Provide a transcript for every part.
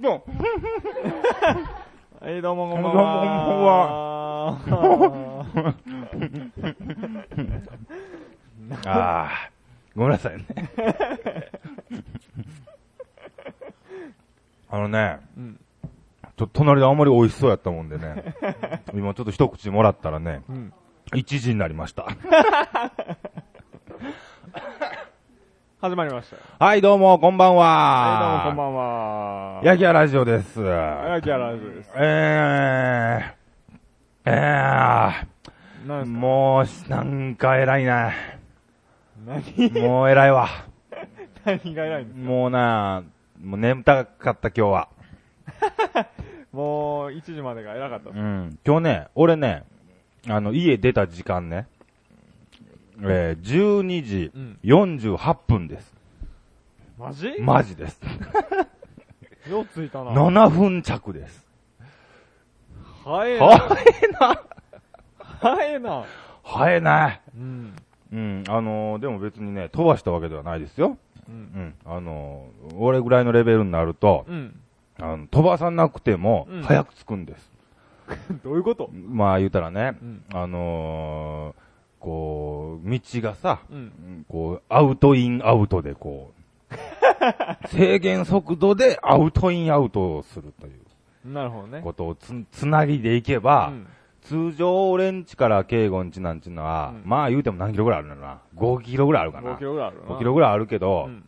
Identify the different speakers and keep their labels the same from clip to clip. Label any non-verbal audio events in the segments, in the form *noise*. Speaker 1: どう
Speaker 2: はい、どうもこんばんは。
Speaker 1: どうもこんばん
Speaker 2: は。
Speaker 3: ああ、ごめんなさいね。 *laughs* あのね、
Speaker 2: うん
Speaker 3: と隣であんまり美味しそうやったもんでね、今ちょっと一口もらったらね、
Speaker 2: うん
Speaker 3: 1時になりました。
Speaker 2: *laughs*
Speaker 3: *laughs*
Speaker 2: 始まりました。
Speaker 3: はい、どうも、こんばん
Speaker 2: はい、
Speaker 3: は。
Speaker 2: どうもこんばんは。
Speaker 3: ヤギアラジオです。
Speaker 2: やきゃラジオです。
Speaker 3: えー、え
Speaker 2: 何
Speaker 3: ー、
Speaker 2: ですか
Speaker 3: もうし、なんか偉いな。
Speaker 2: 何
Speaker 3: もう偉いわ。
Speaker 2: 何が偉いんです
Speaker 3: もうな、もう眠たかった今日は。
Speaker 2: もう、1時までが偉かったっ
Speaker 3: う
Speaker 2: す。
Speaker 3: ん。今日ね、俺ね、あの、家出た時間ね、えー、12時
Speaker 2: うん。
Speaker 3: 48分です。
Speaker 2: マジ
Speaker 3: マジです。
Speaker 2: ようついたな。
Speaker 3: 7分着です。
Speaker 2: 早えな。
Speaker 3: は
Speaker 2: 早え
Speaker 3: えな。
Speaker 2: な。
Speaker 3: はえない。
Speaker 2: うん。
Speaker 3: うん、あのーでも別にね、飛ばしたわけではないですよ。
Speaker 2: うん。
Speaker 3: うん、あのー俺ぐらいのレベルになると、
Speaker 2: うん。 *laughs*
Speaker 3: あの飛ばさなくても
Speaker 2: うん、
Speaker 3: 早く着くんです。
Speaker 2: どういうこと
Speaker 3: まあ言うたらね、
Speaker 2: うん
Speaker 3: あのーこう、道がさ、
Speaker 2: うん。
Speaker 3: こう、アウトインアウトでこ
Speaker 2: *laughs*
Speaker 3: う、制限速度でアウトインアウトをするという
Speaker 2: なるほどね。
Speaker 3: ことをつ、つなぎでいけ
Speaker 2: う
Speaker 3: ば、
Speaker 2: ん
Speaker 3: 通常俺んちから慶吾んちなんちゅうのは、
Speaker 2: うん
Speaker 3: まあ言うても何キロぐらいあるのかな ?5 キロぐらいあるかな
Speaker 2: 5キロぐらいあるな。
Speaker 3: 5キロぐらいあるけど、
Speaker 2: うん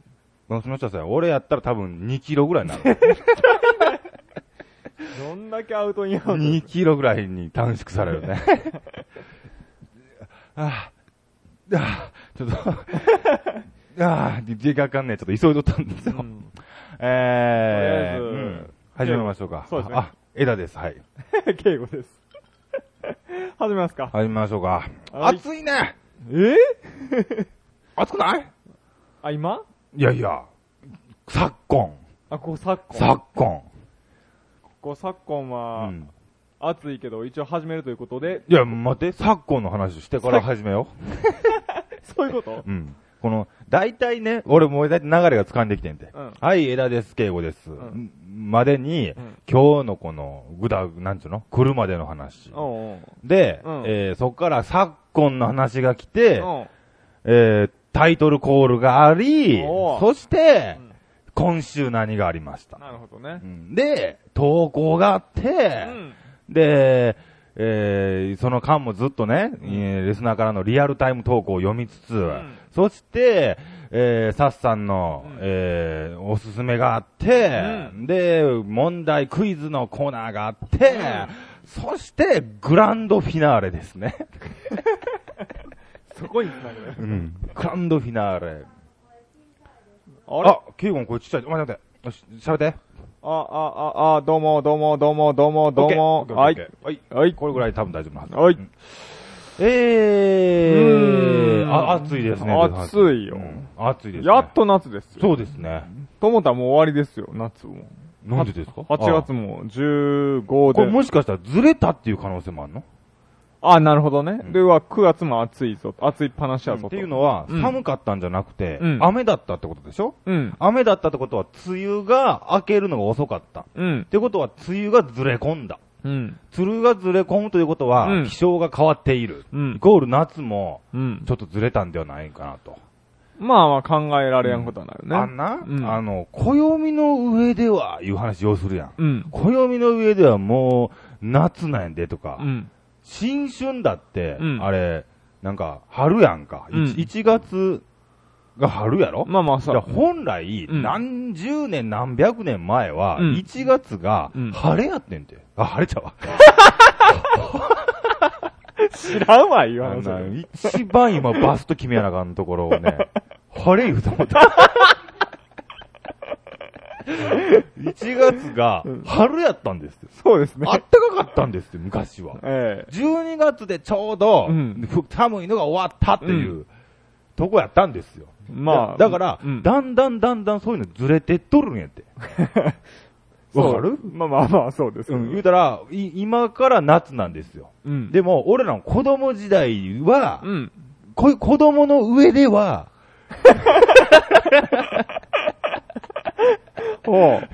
Speaker 3: その人はさ、俺やったら多分2キロぐらい
Speaker 2: *laughs*
Speaker 3: になる。
Speaker 2: どんだけアウトインアウトです
Speaker 3: 2キロぐらいに短縮され
Speaker 2: *laughs*
Speaker 3: るね。ああ、ああ、ちょっと、ああ、時間かかんねえ。ちょっと急いどったんですよ。
Speaker 2: うん
Speaker 3: えー、
Speaker 2: とりあえず
Speaker 3: うん始めましょうか。
Speaker 2: そうですね
Speaker 3: あ、枝です。はい。
Speaker 2: *laughs* 敬語です。始めますか。
Speaker 3: 始めましょうか。
Speaker 2: はい
Speaker 3: 暑いね
Speaker 2: えー
Speaker 3: 暑くない
Speaker 2: あ、今
Speaker 3: いやいや、昨今、
Speaker 2: あ、ここ昨今。
Speaker 3: 昨今。
Speaker 2: ここ昨今
Speaker 3: う
Speaker 2: は、
Speaker 3: ん、
Speaker 2: 暑いけど、一応始めるということ
Speaker 3: *laughs*
Speaker 2: で、
Speaker 3: いや、待って、昨今の話してから始めよ
Speaker 2: そういうこと
Speaker 3: う。うん。この、大体ね、俺もう大体流れが掴んできてんて。
Speaker 2: うん
Speaker 3: はい、枝です、敬語です。
Speaker 2: ん
Speaker 3: までに、
Speaker 2: うん
Speaker 3: 今日のこの、ぐだ、なんつうの来るまでの話。
Speaker 2: うんうん。
Speaker 3: で、
Speaker 2: うん
Speaker 3: えーそっから昨今の話が来て、
Speaker 2: うん。
Speaker 3: えータイトルコールがあり、
Speaker 2: おう
Speaker 3: そして、
Speaker 2: うん
Speaker 3: 今週何がありました。
Speaker 2: なるほどね
Speaker 3: う。んで、投稿があって、
Speaker 2: うん。
Speaker 3: で、えーその間もずっとね、
Speaker 2: ん
Speaker 3: えーレスナーからのリアルタイム投稿を読みつつ、
Speaker 2: ん
Speaker 3: そして、えー、サッさんの、
Speaker 2: うん
Speaker 3: えーおすすめがあって、
Speaker 2: う
Speaker 3: で、問題、クイズのコーナーがあって、そして、グランドフィナーレですね。 *laughs*
Speaker 2: そこに繋ぐね。
Speaker 3: うんグランドフィナーレ。
Speaker 2: あれ
Speaker 3: あ、ケイゴンこれちっちゃい。待って待って。よし、喋って。
Speaker 2: あ、あ、あ、あ、どうも、どうも、どうも、どうも、どうも。
Speaker 3: OK
Speaker 2: は
Speaker 3: OK
Speaker 2: い。
Speaker 3: はい。
Speaker 2: はい。
Speaker 3: これぐらい多分大丈夫なはず。
Speaker 2: はい
Speaker 3: うん。え
Speaker 2: うー
Speaker 3: ー、
Speaker 2: ん
Speaker 3: あ、暑いですね。
Speaker 2: 暑いよ
Speaker 3: うん暑いですね。
Speaker 2: やっと夏ですよ。
Speaker 3: そうですね。
Speaker 2: と思ったらもう終わりですよ、夏も。
Speaker 3: なんでですか
Speaker 2: 8月
Speaker 3: あ
Speaker 2: も15
Speaker 3: これ
Speaker 2: で。
Speaker 3: もしかしたらずれたっていう可能性もあるの
Speaker 2: あ、なるほどね。
Speaker 3: ん
Speaker 2: では、9月も暑いぞ、暑いっぱなしやぞと。
Speaker 3: っていうのは、
Speaker 2: うん
Speaker 3: 寒かったんじゃなくて
Speaker 2: うん、
Speaker 3: 雨だったってことでしょ
Speaker 2: うん。
Speaker 3: 雨だったってことは、梅雨が明けるのが遅かった。っ
Speaker 2: うん。
Speaker 3: てことは、梅雨がずれ込んだ。
Speaker 2: うん。
Speaker 3: 梅雨がずれ込むということ
Speaker 2: う
Speaker 3: は
Speaker 2: ん、
Speaker 3: 気象が変わっている。
Speaker 2: うん
Speaker 3: イコール夏も、
Speaker 2: うん。
Speaker 3: ちょっとずれたんではないかなと。
Speaker 2: まあまあ考えられやんことはなるね。
Speaker 3: あんな、
Speaker 2: うん
Speaker 3: あの、暦の上では、いう話をするやん。
Speaker 2: うん。
Speaker 3: 暦の上ではもう、夏なんやでとか、
Speaker 2: うん。
Speaker 3: 新春だって、
Speaker 2: うん
Speaker 3: あれ、なんか、春やんか。
Speaker 2: うん
Speaker 3: 1, 月が春やろ、
Speaker 2: まあまあ
Speaker 3: い
Speaker 2: さ、
Speaker 3: や本来、
Speaker 2: うん
Speaker 3: 何十年、何百年前は、
Speaker 2: うん
Speaker 3: 1月が
Speaker 2: うん
Speaker 3: 晴れやってんて。あ、晴れちゃうわ。
Speaker 2: 知らんわ、言わ
Speaker 3: あ
Speaker 2: ん
Speaker 3: ん
Speaker 2: そ
Speaker 3: な
Speaker 2: れ。
Speaker 3: 一番今、バスと決めやなあかんところをね、
Speaker 2: *laughs*
Speaker 3: 晴れ言うと思った。1月が春やったんですよ。
Speaker 2: そうですね
Speaker 3: あ。ったかかったんですよ、昔は。
Speaker 2: ええ。
Speaker 3: 12月でちょうど、
Speaker 2: うん
Speaker 3: ふ寒いのが終わったっていう、とこやったんですよ。
Speaker 2: まあ。
Speaker 3: だだから、
Speaker 2: うん
Speaker 3: だんだんだんだんそういうのずれてっとるんやって。わかる
Speaker 2: *laughs* そうまあまあまあ、そうです。
Speaker 3: うん、言うたら、い今から夏なんですよ。
Speaker 2: うん。
Speaker 3: でも、俺らの子供時代は、
Speaker 2: うん。
Speaker 3: こ子供の上では、
Speaker 2: おう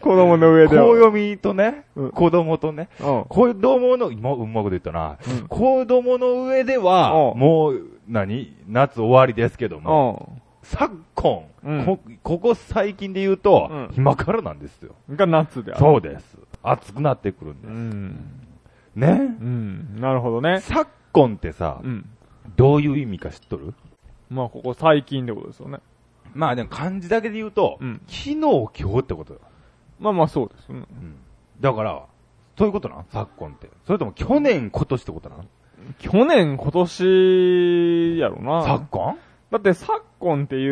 Speaker 2: 子供の上では。
Speaker 3: 暦とね、
Speaker 2: うん
Speaker 3: 子供とね、
Speaker 2: うん。
Speaker 3: 子供の、今、うまく言ったな、
Speaker 2: うん
Speaker 3: 子供の上では、
Speaker 2: うん
Speaker 3: もう、何夏終わりですけども、
Speaker 2: う
Speaker 3: 昨今、
Speaker 2: うん
Speaker 3: こ、ここ最近で言うと、
Speaker 2: うん
Speaker 3: 今からなんですよ。
Speaker 2: ん。が夏である。
Speaker 3: そうです。暑くなってくるんで
Speaker 2: う
Speaker 3: す。
Speaker 2: ん。
Speaker 3: ね
Speaker 2: う。ん。なるほどね。
Speaker 3: 昨今ってさ、
Speaker 2: うん。
Speaker 3: どういう意味か知っとる
Speaker 2: まあ、ここ最近ってことですよね。
Speaker 3: まあでも漢字だけで言うと、
Speaker 2: うん
Speaker 3: 昨日今日ってことよ。
Speaker 2: まあまあ、そうです。うん
Speaker 3: だから、そういうことなん昨今って。それとも去年今年ってことなん
Speaker 2: 去年、今年、やろ
Speaker 3: 昨
Speaker 2: な。
Speaker 3: 今
Speaker 2: だって、昨今ってい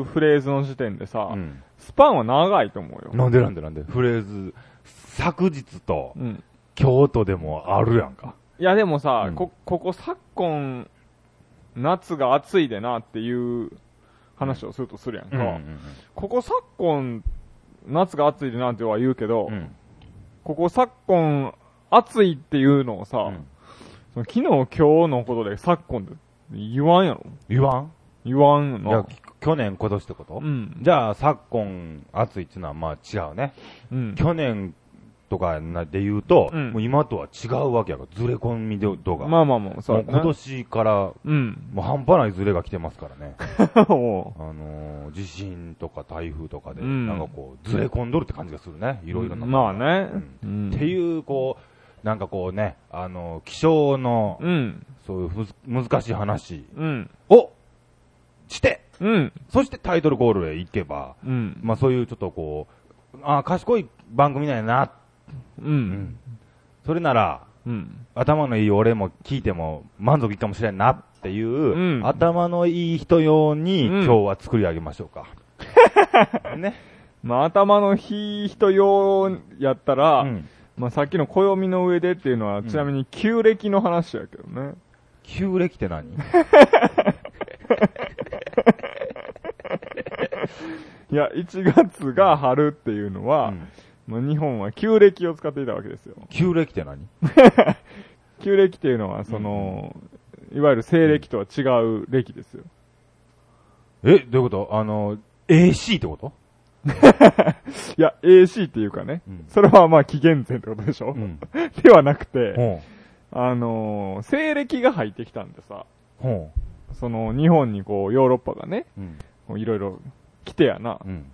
Speaker 2: うフレーズの時点でさ
Speaker 3: う、ん。
Speaker 2: スパンは長いと思うよ。
Speaker 3: なんでなんでなんでフレーズ、昨日と
Speaker 2: うん。
Speaker 3: 今日とでもあるやんか。
Speaker 2: いや、でもさ、
Speaker 3: うん
Speaker 2: こ、ここ昨今、夏が暑いでなっていう話をするとするやんか。ここ昨今、夏が暑いでなっては言うけど、
Speaker 3: うん。
Speaker 2: ここ昨今、暑いっていうのをさ、
Speaker 3: うん
Speaker 2: その昨日今日のことで昨今って言わんやろ
Speaker 3: 言わん
Speaker 2: 言わんよ
Speaker 3: いや
Speaker 2: な。、
Speaker 3: 去年今年ってこと
Speaker 2: うん。
Speaker 3: じゃあ、昨今、暑いっていうのは、まあ違うね。
Speaker 2: うん。
Speaker 3: 去年とかで言うと、
Speaker 2: うん
Speaker 3: もう今とは違うわけやから、ずれ込み度が。
Speaker 2: まあまあまあ、そう
Speaker 3: も
Speaker 2: や
Speaker 3: う
Speaker 2: な
Speaker 3: 今。年から、も
Speaker 2: *laughs* うん。
Speaker 3: う半端ないずれが来てますからね。
Speaker 2: も
Speaker 3: あのー地震とか台風とかで、
Speaker 2: うん
Speaker 3: なんかこう、ずれ込んどるって感じがするね。
Speaker 2: う
Speaker 3: いろいろな。
Speaker 2: まあね。うん
Speaker 3: っていう、こう、なんかこうね、あのー気象の、
Speaker 2: うん。
Speaker 3: そういうふず難しい話
Speaker 2: うん。
Speaker 3: をして、
Speaker 2: うん。
Speaker 3: そしてタイトルコールへ行けば、
Speaker 2: うん。
Speaker 3: まあそういうちょっとこう、ああ、賢い番組なんやな。
Speaker 2: う。。
Speaker 3: うんそれなら、
Speaker 2: うん。
Speaker 3: 頭のいい俺も聞いても満足いくかもしれんなっていう、
Speaker 2: うん
Speaker 3: 頭のいい人用に
Speaker 2: うん
Speaker 3: 今日は作り上げましょうか。
Speaker 2: *laughs*
Speaker 3: ね。
Speaker 2: まあ、頭のひ人用やったら、
Speaker 3: うん
Speaker 2: まあ、さっきの暦の上でっていうのは、
Speaker 3: ん
Speaker 2: ちなみに旧暦の話やけどね。
Speaker 3: 旧暦って何
Speaker 2: いや、1月が春っていうのは、
Speaker 3: うん
Speaker 2: まあ、日本は旧暦を使っていたわけですよ。
Speaker 3: 旧暦って何
Speaker 2: 旧暦っていうのは、その、いわゆる西暦とは違う暦ですよ。
Speaker 3: え、どういうことあの、AC ってこと
Speaker 2: いや、AC っていうかね、
Speaker 3: うん
Speaker 2: それはまあ紀元前ってことでしょ、
Speaker 3: うん。
Speaker 2: ではなくて、
Speaker 3: ほ
Speaker 2: あのー西暦が入ってきたんでさ、
Speaker 3: う。ほ
Speaker 2: その日本にこうヨーロッパがね、
Speaker 3: う。うん。
Speaker 2: こういろいろ来てやな。
Speaker 3: うん。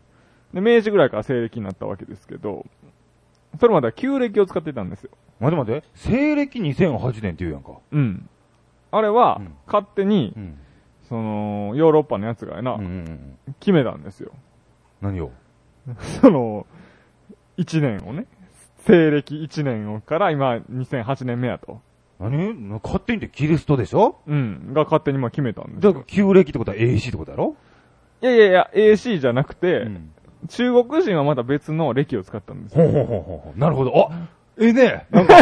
Speaker 2: で、明治ぐらいから西暦になったわけですけど、それまでは旧暦を使ってたんですよ。
Speaker 3: 待って待って、西暦2008年って言うやんか。
Speaker 2: うん。あれは
Speaker 3: うん、
Speaker 2: 勝手に、
Speaker 3: うん。
Speaker 2: その、ヨーロッパのやつがやな、
Speaker 3: うんうんうん。
Speaker 2: 決めたんですよ。
Speaker 3: 何を
Speaker 2: その、1年をね、西暦1年をから今2008年目やと。
Speaker 3: 何勝手にってキリストでしょ
Speaker 2: うん。が勝手にまあ決めたんです
Speaker 3: だから
Speaker 2: よ。
Speaker 3: 旧暦ってことは AC ってことだろ
Speaker 2: いやいやいや、AC じゃなくて、
Speaker 3: うん。
Speaker 2: 中国人はまた別の暦を使ったんです
Speaker 3: ほう
Speaker 2: よ。
Speaker 3: ほうほうほうほう。なるほど。あええねなんか、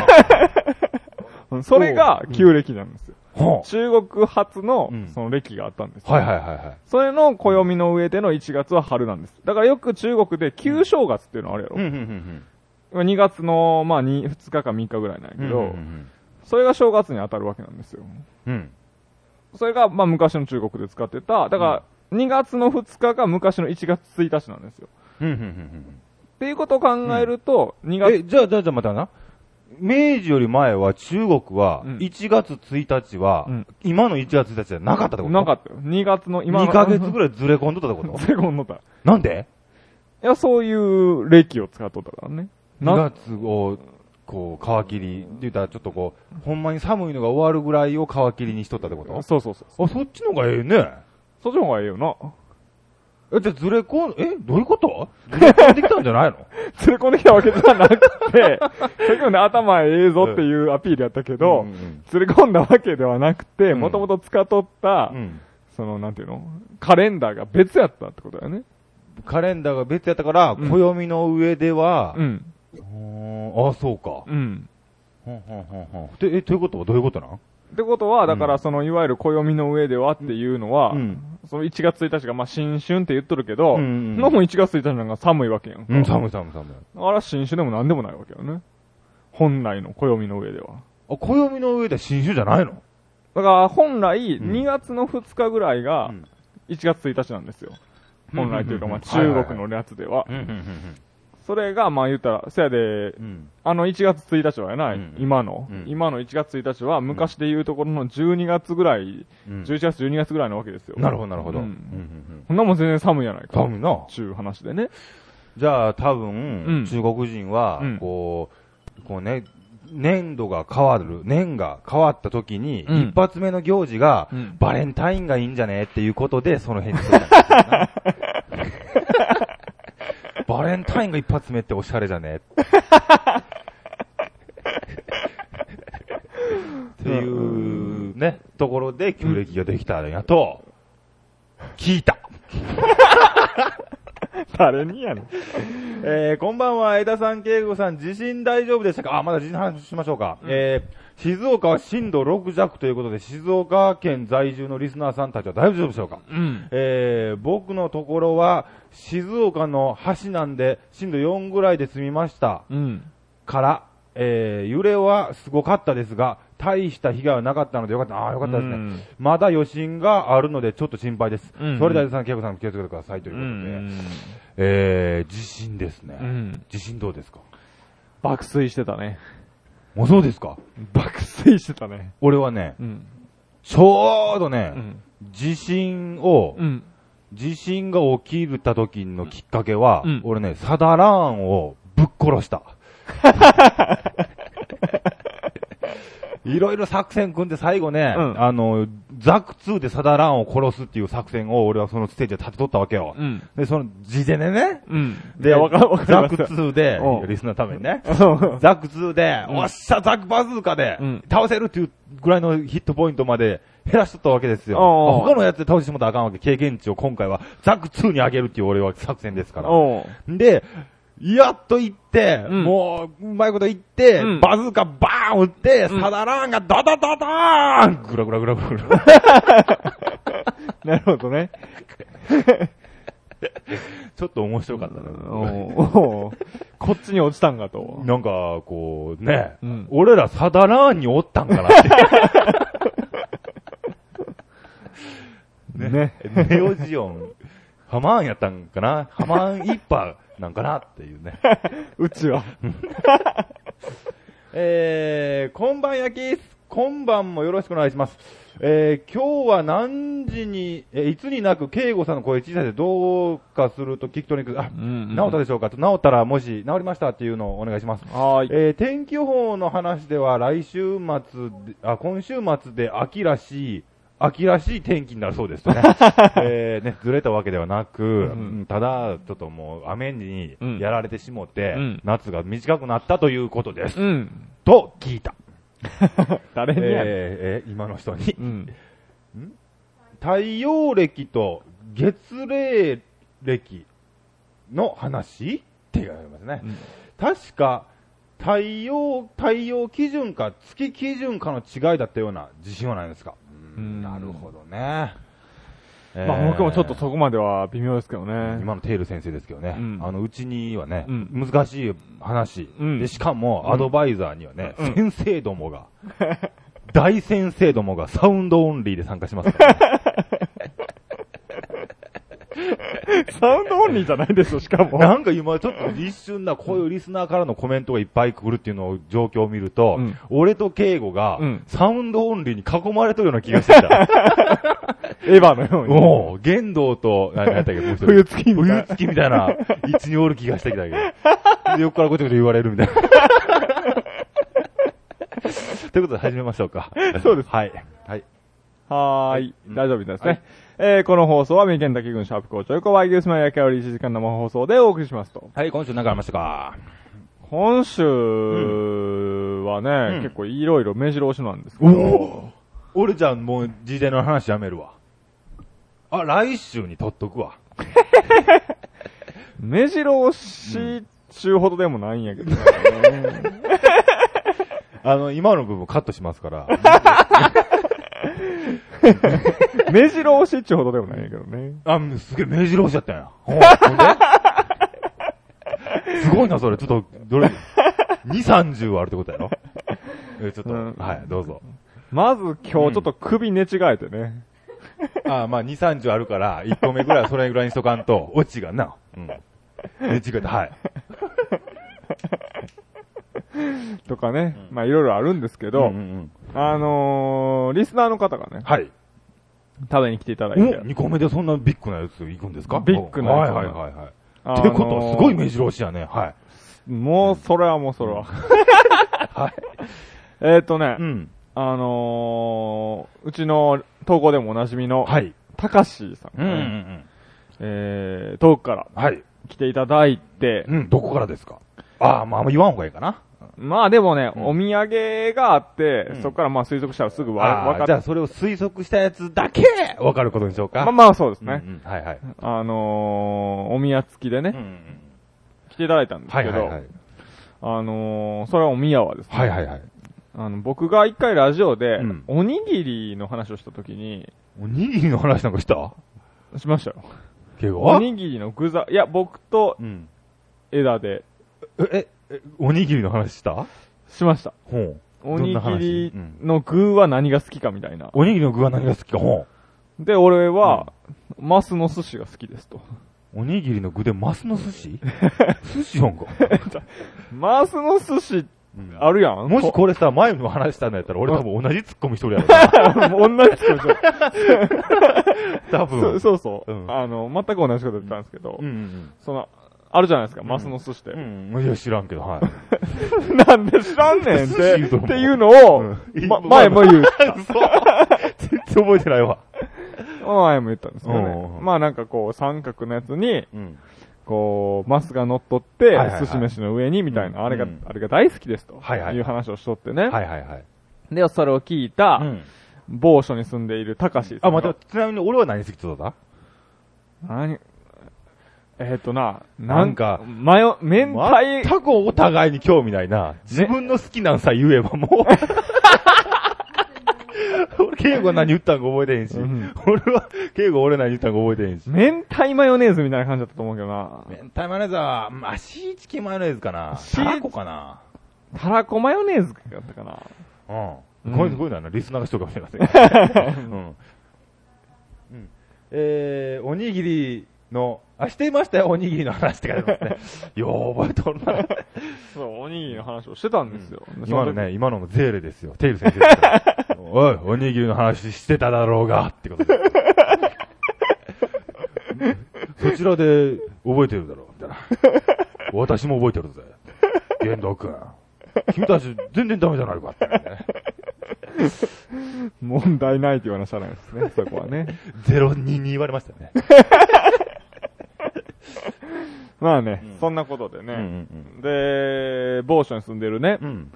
Speaker 2: うんそれが旧暦なんですよ。
Speaker 3: ほ
Speaker 2: 中国発の
Speaker 3: うん
Speaker 2: その暦があったんですよ
Speaker 3: う。はいはいはいはい。
Speaker 2: それの暦の上での1月は春なんです。だからよく中国で旧正月っていうのあるやろ。
Speaker 3: んうん
Speaker 2: 2月の、まあ2、2日か3日ぐらいなんやけ
Speaker 3: け
Speaker 2: ど、
Speaker 3: ど、
Speaker 2: それが正月に当たるわけなんですよ。
Speaker 3: うん。
Speaker 2: それが、まあ昔の中国で使ってた、だから2月の2日が昔の1月1日なんですよ。
Speaker 3: うんうんうん
Speaker 2: っていうことを考えると、2
Speaker 3: うん。
Speaker 2: 月、
Speaker 3: え、じゃあ、じゃあ、じゃあまたな。明治より前は中国は
Speaker 2: うん
Speaker 3: 1月1日は
Speaker 2: うん
Speaker 3: 今の1月1日じゃなかったってこと
Speaker 2: なか
Speaker 3: っ
Speaker 2: ったよ。2月の今の。
Speaker 3: 2ヶ月ぐらいずれ込んどったってこと
Speaker 2: セコンドだ。
Speaker 3: なんで
Speaker 2: いや、 *laughs* そういう歴を使っとったからね。
Speaker 3: ?2
Speaker 2: な、
Speaker 3: 月をこう皮切りで言ったらちょっとこう、ほんまに寒いのが終わるぐらいを皮切りにしとったってこと
Speaker 2: そうそうそう。
Speaker 3: あ、そっちの方がええね。
Speaker 2: そっちの方がええよな。
Speaker 3: え、じゃあずれこん、え、どういう *laughs* ことずれ込んできたんじゃない *laughs* の
Speaker 2: 連れ込んできたわけじゃなく
Speaker 3: *laughs*
Speaker 2: て、結局ね、頭ええぞっていうアピールやったけど、
Speaker 3: うんうん
Speaker 2: 連れ込んだわけではなくて、
Speaker 3: うん
Speaker 2: もともと使っとった、
Speaker 3: うん。
Speaker 2: その、なんていうのカレンダーが別やったってことだよね。
Speaker 3: カレンダーが別やったから、
Speaker 2: うん
Speaker 3: 暦の上では
Speaker 2: う、ん。
Speaker 3: うんああ、そうか。
Speaker 2: うん。
Speaker 3: ほんほんほんほんで、え、ということはどういうことなん
Speaker 2: ってことは、だか
Speaker 3: う
Speaker 2: ら
Speaker 3: ん
Speaker 2: その、いわゆる暦の上ではっていうのは、
Speaker 3: うん
Speaker 2: その1月1日が、まあ、新春って言っとるけど、
Speaker 3: うんうん
Speaker 2: のも1月1日なんか寒いわけやんか。
Speaker 3: うん、寒い寒い寒い。
Speaker 2: あら、新種でも何でもないわけよね。本来の暦の上では。
Speaker 3: あ、暦の上では新種じゃないの
Speaker 2: だから、本来、
Speaker 3: うん
Speaker 2: 2月の2日ぐらいが
Speaker 3: うん、
Speaker 2: 1月1日なんですよ。本来というか、まあ、
Speaker 3: うんうんうん
Speaker 2: 中国のやつでは。
Speaker 3: うん、うん、
Speaker 2: それが、まあ言ったら、せやで、
Speaker 3: うん。
Speaker 2: あの1月1日はやな、
Speaker 3: うん
Speaker 2: 今の、
Speaker 3: うん
Speaker 2: 今の1月1日は昔で言うところの12月ぐらい、
Speaker 3: うん
Speaker 2: 11月12月ぐらいなわけですよ。
Speaker 3: なるほど、なるほど。
Speaker 2: う
Speaker 3: うんんうん
Speaker 2: ほんなもん全然寒いやないか。
Speaker 3: うん寒いな。
Speaker 2: ちゅう話でね。
Speaker 3: じゃあ多
Speaker 2: うん
Speaker 3: 分、中国人は
Speaker 2: うん、
Speaker 3: こう、こうね、年度が変わる、年が変わった時に、
Speaker 2: うん
Speaker 3: 一発目の行事が
Speaker 2: うん、
Speaker 3: バレンタインがいいんじゃねっていうことで、その辺に来たんだなバレンタインが一発目っておしゃれじゃねっていうね、ところで旧暦ができたんやと、聞いた。
Speaker 2: 誰にやねん。
Speaker 3: えー、こんばんは、枝さん、慶吾さん、地震大丈夫でしたかあ、まだ地震の話しましょうか。えー、静岡は震度6弱ということで、静岡県在住のリスナーさんたちは大丈夫でしょうか
Speaker 2: うん。
Speaker 3: えー、僕のところは、静岡の橋なんで、震度4ぐらいで済みました。
Speaker 2: うん。
Speaker 3: から、えー、揺れはすごかったですが、大した被害はなかったのでよかった。ああ、よかったです
Speaker 2: う
Speaker 3: ね
Speaker 2: ん。
Speaker 3: まだ余震があるので、ちょっと心配です。
Speaker 2: うん
Speaker 3: それでは、枝さん、慶吾さん、気をつけてください。といううことで。
Speaker 2: ん。
Speaker 3: えー、地震ですね。
Speaker 2: うん
Speaker 3: 地震どうですか
Speaker 2: 爆睡してたね。
Speaker 3: もうそうですか
Speaker 2: 爆睡してたね。
Speaker 3: 俺はね、
Speaker 2: うん。
Speaker 3: ちょうどね、
Speaker 2: うん。
Speaker 3: 地震を、
Speaker 2: うん。
Speaker 3: 地震が起きた時のきっかけは、
Speaker 2: うん
Speaker 3: 俺ね、サダラーンをぶっ
Speaker 2: *laughs*
Speaker 3: 殺した。いろいろ作戦組んで最後ね、
Speaker 2: うん
Speaker 3: あの、ザク2でサダラーンを殺すっていう作戦を俺はそのステージで立てとったわけよ。
Speaker 2: うん。
Speaker 3: で、その、事前でね、
Speaker 2: うん。い
Speaker 3: で、
Speaker 2: やわかるわか
Speaker 3: ザ
Speaker 2: り
Speaker 3: ク
Speaker 2: ますよ。
Speaker 3: 2で
Speaker 2: うん、
Speaker 3: リスナーのためにね、
Speaker 2: *laughs* そう。
Speaker 3: ザック2で、
Speaker 2: うん
Speaker 3: おっしゃ、ザックバズーカで
Speaker 2: うん、
Speaker 3: 倒せるっていうぐらいのヒットポイントまで減らしとったわけですよ。
Speaker 2: おうおう
Speaker 3: 他のやつで倒してしもたらあかんわけ。経験値を今回はザック2に上げるっていう俺は作戦ですから。
Speaker 2: おう。
Speaker 3: で、やっと行って、
Speaker 2: うん
Speaker 3: もう、うまいこと行って、
Speaker 2: うん
Speaker 3: バズーカバーン撃って、
Speaker 2: うん
Speaker 3: サダラーンがダダダダーンぐらぐらぐらぐら。
Speaker 2: *laughs* なるほどね。
Speaker 3: ちょっと面白かったな。
Speaker 2: おうこっちに落ちたんかと。
Speaker 3: なんか、こう、ね、
Speaker 2: うん
Speaker 3: 俺らサダラーンにおったんかなって。
Speaker 2: ね。
Speaker 3: ネオジオン、ハマーンやったんかなハマーン一派なんかなっていうね。
Speaker 2: うちは。
Speaker 3: えー、こんばん焼き、今晩もよろしくお願いします。えー、今日は何時に、えーいつになく、慶吾さんの声小さいでどうかすると聞き取りにくい。あ、
Speaker 2: ん
Speaker 3: 治ったでしょうかと、治ったらもし、治りましたっていうのをお願いします。
Speaker 2: はーい。
Speaker 3: えー天気予報の話では来週末であ、今週末で秋らしい、秋らしい天気になるそうで
Speaker 2: *laughs*
Speaker 3: すとね。えーね、ずれたわけではなく、
Speaker 2: ん
Speaker 3: うんただ、ちょっともう雨に
Speaker 2: うん
Speaker 3: やられてしもって、
Speaker 2: うん
Speaker 3: 夏が短くなったということです。
Speaker 2: うん。
Speaker 3: と聞いた。
Speaker 2: *laughs* 誰
Speaker 3: えー
Speaker 2: にやねん
Speaker 3: えー今の人に
Speaker 2: う。ん。
Speaker 3: 太陽暦と月齢暦の話って言われますね。
Speaker 2: うん
Speaker 3: 確か、太陽、太陽基準か月基準かの違いだったような自信はないですか。
Speaker 2: ん
Speaker 3: なるほどね。
Speaker 2: まあ僕もちょっと
Speaker 3: そ、
Speaker 2: そこまでは微妙ですけどね。
Speaker 3: 今のテール先生ですけどね、
Speaker 2: うん
Speaker 3: あの、うちにはね、
Speaker 2: うん
Speaker 3: 難しい話、
Speaker 2: うん
Speaker 3: で、しかもアドバイザーにはね、
Speaker 2: うん
Speaker 3: 先生どもが、大先生どもがサウンドオンリーで参加しますからね、
Speaker 2: サウンドオンリーじゃないですよ、しかも。
Speaker 3: *laughs* なんか今ちょっと一瞬な、こういうリスナーからのコメントがいっぱい来るっていうのを状況を見ると、
Speaker 2: うん
Speaker 3: 俺と敬吾が
Speaker 2: うん、
Speaker 3: サウンドオンリーに囲まれとるような気がしてき *laughs* た。
Speaker 2: エヴァのように。
Speaker 3: おう、玄道と、何やったっけ、もう一人
Speaker 2: 冬月みたいな
Speaker 3: 冬月みたいな、位置におる気がしてきたけど。で、横からこちょこちょ言われるみた *laughs* いな。ということで始めましょうか。そうです。はい。はい。
Speaker 2: はーい。大丈夫ですね。えー、この放送は、三重県滝郡シャープ校長、横和牛スマイヤキャオリー1時間生放送でお送りしますと。
Speaker 3: はい、今週何かありましたか
Speaker 2: 今週はね、
Speaker 3: うん
Speaker 2: 結構いろいろ目白押しなんですけ
Speaker 3: お
Speaker 2: ど。
Speaker 3: お俺じゃん、もう、事前の話やめるわ。あ、来週に取っとくわ。
Speaker 2: 目白押し中ほどでもないんやけどね。
Speaker 3: あの、今の部分カットしますから。 *laughs*
Speaker 2: 目白押し中ほどでもないんやけどね。
Speaker 3: あ、もうすげえ、目白押しちゃったんや。ほんほんですごいな、それ。ちょっと、どれ、2、30はあるってこと *laughs* やろえちょっと、
Speaker 2: うん
Speaker 3: はい、どうぞ。
Speaker 2: まず今日ちょっと首寝違えてね。
Speaker 3: あまあ、2、30あるから、1個目ぐらいはそれぐらいにしとかんと、オチがな。うん。で、違う、はい。
Speaker 2: とかね、まあいろいろあるんですけど、
Speaker 3: うんうんうん
Speaker 2: あのー、リスナーの方がね、
Speaker 3: はい。
Speaker 2: 食べに来ていただい
Speaker 3: お
Speaker 2: て、
Speaker 3: 2個目でそんなビッグなやつ行くんですか
Speaker 2: ビッグなやつ
Speaker 3: はいはいはいはい。
Speaker 2: あ
Speaker 3: っ
Speaker 2: のー
Speaker 3: てことはすごい目白押しやね。はい。
Speaker 2: もう、それはもうそれは。
Speaker 3: はい。
Speaker 2: えっとね、
Speaker 3: ん。
Speaker 2: あのー、うちの投稿でもおなじみの、
Speaker 3: はい。
Speaker 2: たかしさん
Speaker 3: う
Speaker 2: が
Speaker 3: ん
Speaker 2: ね、
Speaker 3: うんうん。
Speaker 2: えー、遠くから
Speaker 3: はい。
Speaker 2: 来ていただいて、
Speaker 3: うん、どこからですかああ、まああんま言わんほうがいいかな。
Speaker 2: まあでもね、
Speaker 3: うん
Speaker 2: お土産があって、
Speaker 3: うん
Speaker 2: そこからまあ推測したらすぐわ、
Speaker 3: あ
Speaker 2: わ
Speaker 3: あ
Speaker 2: か
Speaker 3: じゃ
Speaker 2: る
Speaker 3: あ。それを推測したやつだけわかることにしようか。
Speaker 2: まあまあそうですね。
Speaker 3: うんうんはいはい。
Speaker 2: あのー、お宮付きでね、
Speaker 3: うんうん
Speaker 2: 来ていただいたんです
Speaker 3: は
Speaker 2: け
Speaker 3: い
Speaker 2: ど、
Speaker 3: はいはい。
Speaker 2: あのー、それはお宮はですね、
Speaker 3: はいはいはい。
Speaker 2: あの僕が一回ラジオで、
Speaker 3: うん
Speaker 2: おにぎりの話をした時に、
Speaker 3: おにぎりの話なんかした
Speaker 2: しましたよ。
Speaker 3: 敬語
Speaker 2: おにぎりの具材、いや、僕と
Speaker 3: うん。
Speaker 2: 枝で、
Speaker 3: ええ、え、おにぎりの話した
Speaker 2: しました。
Speaker 3: ほう。
Speaker 2: お
Speaker 3: ん
Speaker 2: に
Speaker 3: な話
Speaker 2: ぎりの具は何が好きかみたいな。
Speaker 3: おにぎりの具は何が好きか、ほ
Speaker 2: で、俺は、マスの寿司が好きですと。
Speaker 3: う。おにぎりの具でマスの寿司寿司やんか。
Speaker 2: マスの寿司あるやん
Speaker 3: もしこれさ、前も話したんだやったら、俺多分同じツッコミしとるやろな。
Speaker 2: *laughs* 同じこと言っ
Speaker 3: 多
Speaker 2: そ
Speaker 3: 分。
Speaker 2: うそうそう、
Speaker 3: うん
Speaker 2: あの、全く同じこと言ったんですけど、
Speaker 3: ん
Speaker 2: その、あるじゃないですか、マスの寿司って。
Speaker 3: ん。うん。いや、知らんけど、は
Speaker 2: *laughs*
Speaker 3: い。
Speaker 2: なんで知らんねんっ
Speaker 3: 寿司
Speaker 2: て、
Speaker 3: 言うと思
Speaker 2: っ
Speaker 3: う
Speaker 2: ていうのを、
Speaker 3: うん
Speaker 2: ま前も言う、
Speaker 3: 全然覚えてないわ。
Speaker 2: 前も言ったんですけど
Speaker 3: うんうん
Speaker 2: ね
Speaker 3: う。ん
Speaker 2: まあなんかこう、三角のやつに、
Speaker 3: うん。
Speaker 2: こう、マスが乗っ取って
Speaker 3: はいはいは、い
Speaker 2: 寿司飯の上にみたいな、あれが
Speaker 3: うん、
Speaker 2: あれが大好きですと、
Speaker 3: はいはい
Speaker 2: いう話をしとってね。
Speaker 3: はいはいはい。
Speaker 2: で、それを聞いた、
Speaker 3: うん
Speaker 2: 某所に住んでいる高志さんが。
Speaker 3: あ、また、ちなみに俺は何好きって言った
Speaker 2: 何えっ、とな、
Speaker 3: なんか
Speaker 2: マヨ、明太、
Speaker 3: 全くお互いに興味ないな。自分の好きなんさ言えば *laughs* もう。俺、敬語何言ったんか覚えてへんし
Speaker 2: うん。
Speaker 3: 俺は、敬語俺何言ったんか覚えてへんし。
Speaker 2: 明太マヨネーズみたいな感じだったと思うけどな。
Speaker 3: 明太マヨネーズは、まあ、シーチキンマヨネーズかな。
Speaker 2: シー
Speaker 3: たらこかな。
Speaker 2: たらこマヨネーズだったかな。
Speaker 3: う。
Speaker 2: うんん
Speaker 3: こういうの、こういうのはなリスナーがしとるかもし *laughs* れません。うん。うんえー、おにぎりの、あ、してましたよ、おにぎりの話って書いてます *laughs* ね。よう覚えとる *laughs* な。
Speaker 2: そう、おにぎりの話をしてたんですよ。で
Speaker 3: 今の。ね、今のもゼーレですよ。テイル先生ですから。 *laughs* おい、おにぎりの話してただろうが、ってこと *laughs* で。そちらで覚えてるだろう、みたいな。私も覚えてるぜ。玄道君。君たち全然ダメじゃないかって、ね。
Speaker 2: その時問題ないっていう話じゃないですね、そこはね。
Speaker 3: *laughs* ゼロにに言われましたよね。
Speaker 2: まあね、そんなことで
Speaker 3: うん
Speaker 2: ね。で、某所に住んでるね、
Speaker 3: うんうん。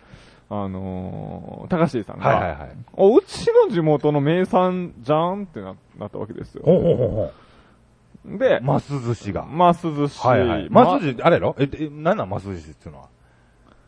Speaker 2: あのー、高志さんが、
Speaker 3: はいはいはい。
Speaker 2: おうちの地元の名産じゃんってななったわけですよ。
Speaker 3: ほうほうほうほ
Speaker 2: で
Speaker 3: う。、マス寿司が。
Speaker 2: ます寿司。
Speaker 3: はいはい。マス寿司、あれやろえ、えなんなんマス寿司っていうのは。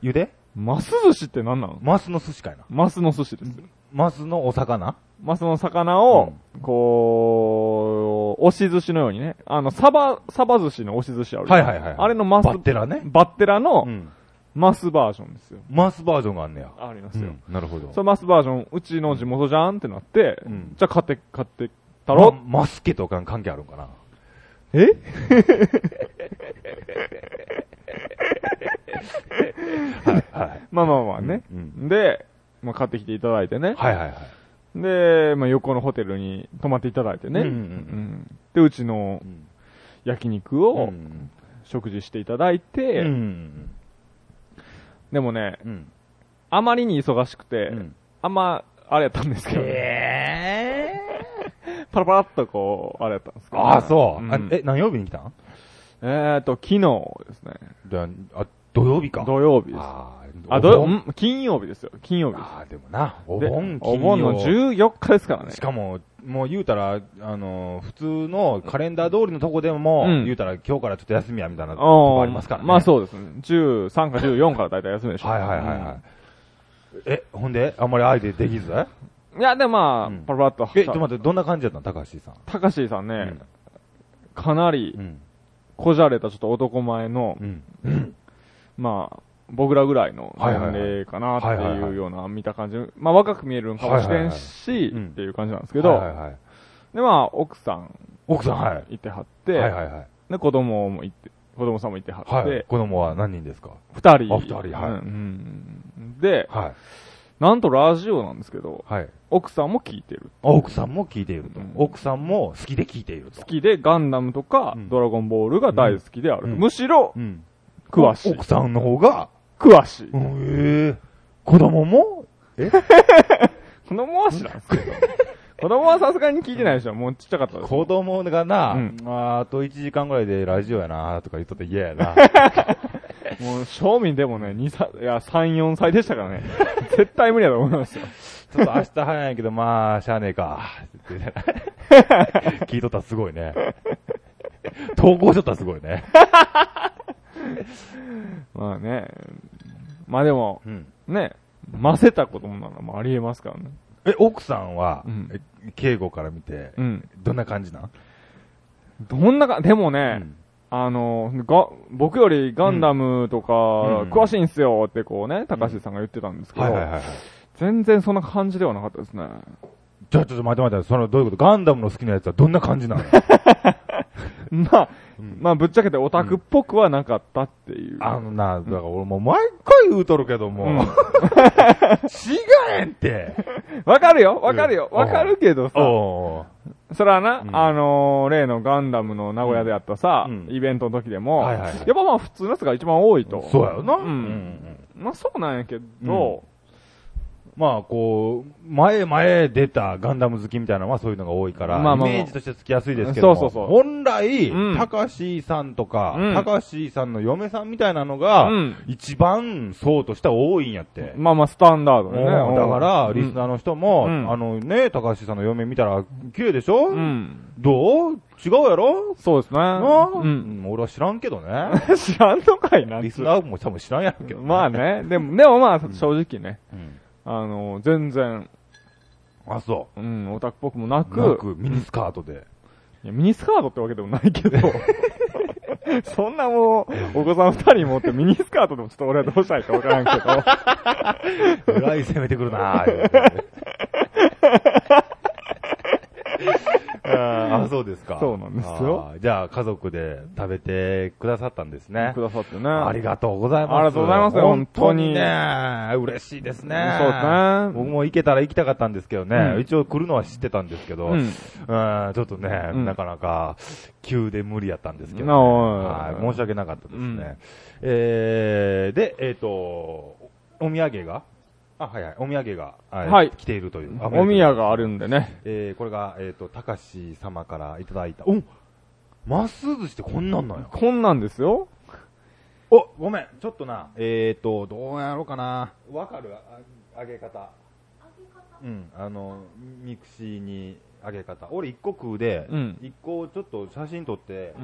Speaker 3: ゆで
Speaker 2: マス寿司って何なの
Speaker 3: マスの寿司かいな。
Speaker 2: マスの寿司ですよ。
Speaker 3: マスのお魚
Speaker 2: マスの魚を、こう、押し寿司のようにね。あの、サバ、サバ寿司の押し寿司ある。
Speaker 3: はいはいはい。
Speaker 2: あれのマス
Speaker 3: バッテラね。
Speaker 2: バッテラの
Speaker 3: ん。
Speaker 2: マスバージョンですよ。
Speaker 3: マスバージョンがあんねや。
Speaker 2: ありますよ。
Speaker 3: なるほど
Speaker 2: そのマスバージョン、うちの地元じゃんってなって、
Speaker 3: うん
Speaker 2: じゃあ買って、買ってたろ、
Speaker 3: まマスケとか関係あるんかな
Speaker 2: え
Speaker 3: はい。
Speaker 2: まあまあまあね。
Speaker 3: うん
Speaker 2: で、まあ買ってきていただいてね。
Speaker 3: はいはいはい。
Speaker 2: で、まあ横のホテルに泊まっていただいてね。
Speaker 3: うんうんうん
Speaker 2: んで、うちの
Speaker 3: うん
Speaker 2: 焼肉を、
Speaker 3: うん
Speaker 2: 食事していただいて、
Speaker 3: うん。
Speaker 2: でもね、
Speaker 3: うん。
Speaker 2: あまりに忙しくて、
Speaker 3: うん
Speaker 2: あんま、あれやったんですけど、
Speaker 3: え
Speaker 2: パラパラっとこう、あれやったんですけど、
Speaker 3: ああ、そう。
Speaker 2: ん
Speaker 3: あえ、何曜日に来たん
Speaker 2: えーと、昨日ですね、
Speaker 3: じゃあ、あ土曜日か。
Speaker 2: 土曜日です。
Speaker 3: あー
Speaker 2: あ、
Speaker 3: お
Speaker 2: ど、
Speaker 3: 盆
Speaker 2: ん金曜日ですよ、金曜日です。
Speaker 3: あー、でもな、お
Speaker 2: で
Speaker 3: 盆、
Speaker 2: お盆の
Speaker 3: 金曜
Speaker 2: 14日ですからね
Speaker 3: し。かも、もう言うたら、あのー、普通のカレンダー通りのとこで
Speaker 2: う
Speaker 3: も、
Speaker 2: ん
Speaker 3: 言うたら今日からちょっと休みやみたいなと
Speaker 2: お
Speaker 3: こ
Speaker 2: ー
Speaker 3: ありますからね。
Speaker 2: まあそうですね。13か14からだいたい休みでしょ。
Speaker 3: はいはいはいはい。え、ほんであんまり相手できず
Speaker 2: うんいや、でもまあ、
Speaker 3: うん
Speaker 2: パラパラっと。
Speaker 3: え、ちょっと待って、どんな感じだったの高橋さん。
Speaker 2: たかしさんね、
Speaker 3: うん
Speaker 2: かなり
Speaker 3: ん。
Speaker 2: こじゃれたちょっと男前の、
Speaker 3: うん。
Speaker 2: まあ、僕らぐらいの
Speaker 3: はいはいはい
Speaker 2: 年齢かなって
Speaker 3: はいはいはい
Speaker 2: いうような見た感じ、まあ若く見えるんかもしれんし、
Speaker 3: はいはいはいうん
Speaker 2: っていう感じなんです
Speaker 3: け
Speaker 2: けど、
Speaker 3: はいはいはい。
Speaker 2: でまあ奥さん
Speaker 3: 奥さん、はい。
Speaker 2: いてはって、
Speaker 3: はいはいはい。
Speaker 2: で子供もいて子供さんもいてはっ
Speaker 3: はい
Speaker 2: て。、
Speaker 3: 子供は何人ですか
Speaker 2: 二人。
Speaker 3: あ二人はい
Speaker 2: うんうんで、
Speaker 3: はい。
Speaker 2: なんとラジオなんですけど、
Speaker 3: はい。
Speaker 2: 奥さんも聞いてる。
Speaker 3: あ奥さんも聞いていると
Speaker 2: うん。
Speaker 3: 奥さんも好きで聞いていると。
Speaker 2: 好きで、ガンダムとか
Speaker 3: う、ん
Speaker 2: ドラゴンボールが大好きである。
Speaker 3: うん
Speaker 2: むしろ、
Speaker 3: うん。
Speaker 2: 詳しい。
Speaker 3: 奥さんの方が、
Speaker 2: 詳しい。
Speaker 3: うん、ええ子供も
Speaker 2: 子供は知らんすけ
Speaker 3: *laughs*
Speaker 2: ど。子供はさすがに聞いてないでしょ。もうちっちゃかったです。
Speaker 3: 子供がな、
Speaker 2: うん
Speaker 3: あーあと1時間ぐらいでラジオやなとか言っとって嫌や *laughs* な。
Speaker 2: もう、正味でもね、2、3、いや、3、4歳でしたからね。 *laughs* 絶対無理だと思いますよ。
Speaker 3: ちょっと明日早いけど、まあ、しゃあねえ *laughs* か。って言って聞いとったらすごいね。投稿しとったらすごいね。
Speaker 2: まあね。まあでも、
Speaker 3: うん。
Speaker 2: ね、混ぜたこともならまあありえますからね。
Speaker 3: え、奥さんは
Speaker 2: うん、
Speaker 3: 敬語から見て
Speaker 2: う、ん。
Speaker 3: どんな感じなん
Speaker 2: どんなか、でもね、
Speaker 3: うん
Speaker 2: あの、が、僕よりガンダムとか、
Speaker 3: ん
Speaker 2: 詳しいんすよってこうね、高橋さんが言ってたんですけど、
Speaker 3: はいはいはいはい。
Speaker 2: 全然そんな感じではなかったですね。
Speaker 3: じゃあちょっと待って待って、そのどういうことガンダムの好きなやつはどんな感じなの
Speaker 2: まあ、まあぶっちゃけてオタクっぽくはなかったっていう。
Speaker 3: あのな、だから俺もう毎回言うとるけども、
Speaker 2: うん
Speaker 3: 違えんって。
Speaker 2: わかるよわかるよ
Speaker 3: うん
Speaker 2: わかるけどさ、
Speaker 3: お
Speaker 2: それはな、
Speaker 3: うん
Speaker 2: あのー例のガンダムの名古屋でやったさ、
Speaker 3: うん
Speaker 2: イベントの時でも、
Speaker 3: はいはいはい
Speaker 2: やっぱまあ普通のやつが一番多いと。
Speaker 3: そうやろな。
Speaker 2: うんまあそうなんやけど、
Speaker 3: まあこう、前前出たガンダム好きみたいなのはそういうのが多いから、
Speaker 2: まあまあまあ
Speaker 3: イメージとしてつきやすいですけども、
Speaker 2: そうそうそう
Speaker 3: 本来、
Speaker 2: うん
Speaker 3: たかしさんとか
Speaker 2: うん、
Speaker 3: たかしさんの嫁さんみたいなのが、
Speaker 2: うん
Speaker 3: 一番層としては多いんやって。
Speaker 2: まあまあスタンダード
Speaker 3: う
Speaker 2: で
Speaker 3: ん
Speaker 2: ね。
Speaker 3: だから、
Speaker 2: うん
Speaker 3: リスナーの人も、
Speaker 2: うん
Speaker 3: あのね、たかしさんの嫁見たら、綺麗でしょ、
Speaker 2: うん。
Speaker 3: どう違うやろ
Speaker 2: そうですね。
Speaker 3: なあ、う
Speaker 2: うん。
Speaker 3: ん、俺は知らんけどね。
Speaker 2: *laughs* 知らんのかいな。
Speaker 3: リスナーも多分知らんやろうけど、
Speaker 2: まあね。でも、でもまあ、正直ね。
Speaker 3: うん
Speaker 2: あの、全然、
Speaker 3: あ、そ
Speaker 2: うん、オタクっぽくもな
Speaker 3: う。
Speaker 2: く、
Speaker 3: なく、ミニスカートで。
Speaker 2: いやミニスカートってわけでもない
Speaker 3: *laughs*
Speaker 2: けど、そんなもう、お子さん二人持ってミニスカートでもちょっと俺はどうしたらいいかわからんけど、
Speaker 3: えらい攻めてく
Speaker 2: *laughs*
Speaker 3: るなぁ言うて。ああ、そうですか。
Speaker 2: そうなんですよ
Speaker 3: あー。じゃあ、家族で食べてくださったんですね
Speaker 2: く。ださってね。
Speaker 3: ありがとうございます。
Speaker 2: ありがとうございます本当に
Speaker 3: 本当にね、嬉しいですね。
Speaker 2: そうですね
Speaker 3: 僕も行けたら行きたかったんですけどね、
Speaker 2: うん
Speaker 3: 一応来るのは知ってたんですけど、
Speaker 2: う
Speaker 3: うんん、ちょっとね、
Speaker 2: うん
Speaker 3: なかなか急で無理やったんですけど、ね
Speaker 2: なあ
Speaker 3: はい、
Speaker 2: おい
Speaker 3: 申し訳なかったです
Speaker 2: う
Speaker 3: ね。
Speaker 2: ん
Speaker 3: えー、で、えっ、と、お土産が、あ、はいはい、お土産が、はい
Speaker 2: はい
Speaker 3: 来ているという。あ
Speaker 2: お宮。があるんでね。
Speaker 3: えー、これが、えっ、と、たかし様からいただいた。おまっすー寿司ってこんなんなんや。
Speaker 2: こんなんですよ。
Speaker 3: お、ごめん、ちょっとな、えーと、どうやろうかな。わかるあ揚げ方。うん、あの、ミクシーに揚げ方。俺一個食うで、
Speaker 2: うん
Speaker 3: 一個ちょっと写真撮って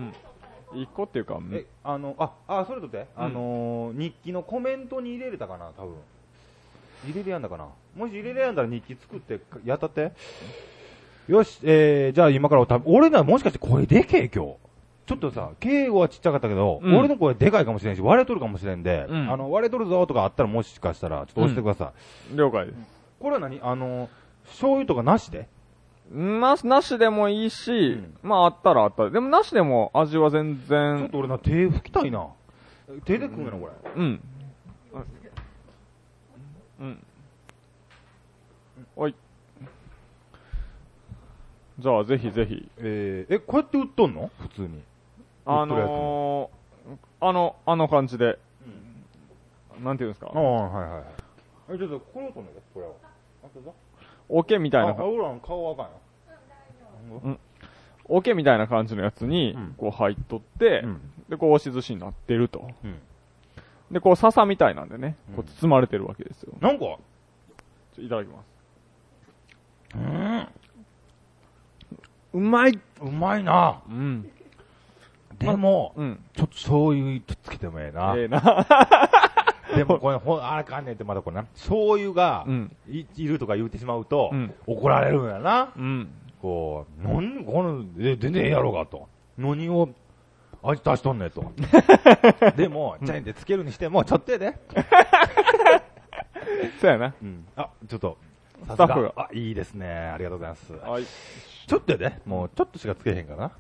Speaker 2: う、ん。一個っていうか、
Speaker 3: え、あの、あ、あ、それ撮って、
Speaker 2: うん
Speaker 3: あの、日記のコメントに入れれたかな、多分。入れれやんだかな。もし入れれやんだら日記作って、やったって。よし、えー、じゃあ今からおた俺ならもしかして声でけえ今日。ちょっとさ、敬語はちっちゃかったけど、
Speaker 2: うん
Speaker 3: 俺の声でかいかもしれんし、割れとるかもしれんで、
Speaker 2: うん
Speaker 3: あの、割れとるぞとかあったらもしかしたら、ちょっと押してください。
Speaker 2: 了解です。
Speaker 3: これは何あの、醤油とかなしで
Speaker 2: なし、なしでもいいし、
Speaker 3: ん
Speaker 2: まああったらあったで。でもなしでも味は全
Speaker 3: ちょっ
Speaker 2: 然、
Speaker 3: と俺な、手拭きたいな。手で食うのこれ。
Speaker 2: うん。うん。おい。じゃあぜひぜひ。
Speaker 3: えー、え、こうやって売っとんの普通に。
Speaker 2: あ
Speaker 3: とりあえず
Speaker 2: のー、あの、あの感じで。なんていうんですか
Speaker 3: あ。あ、はいはいはい。え、ちょっと、これを取んねこれを。あ、どうぞ。
Speaker 2: オケみたいな
Speaker 3: あ、、俺らの顔赤い
Speaker 2: オケみたいな感じのやつに
Speaker 3: うん、
Speaker 2: こう入っとって、
Speaker 3: の
Speaker 2: で、こう押し寿司になってると。
Speaker 3: うん
Speaker 2: で、こう笹みたいなんでね、こう
Speaker 3: うん
Speaker 2: 包まれてるわけですよ。
Speaker 3: なんか、
Speaker 2: ちょいただきます。う
Speaker 3: うん、
Speaker 2: まい
Speaker 3: うんうまいな。
Speaker 2: うん。
Speaker 3: でも、
Speaker 2: うん。
Speaker 3: ちょっと醤油つけてもええな。
Speaker 2: ええな。
Speaker 3: でもこれ、ほん、あれかんねんってまだこれな。醤油が
Speaker 2: う、ん。
Speaker 3: い、いるとか言うてしまうと、
Speaker 2: うん
Speaker 3: 怒られるんやな。
Speaker 2: うん。
Speaker 3: こう、なん、この、え、全然ええやろうがと。何を、味足しとんねんと。
Speaker 2: *laughs*
Speaker 3: でも、チャインでつけるにしても、ちょっとやで。
Speaker 2: *laughs* そうやな。
Speaker 3: うん。あ、ちょっと、さす
Speaker 2: タッ
Speaker 3: が
Speaker 2: フが
Speaker 3: あ、いいですね。ありがとうございます。
Speaker 2: はい。
Speaker 3: ちょっとやで、もうちょっとしかつけへんかな。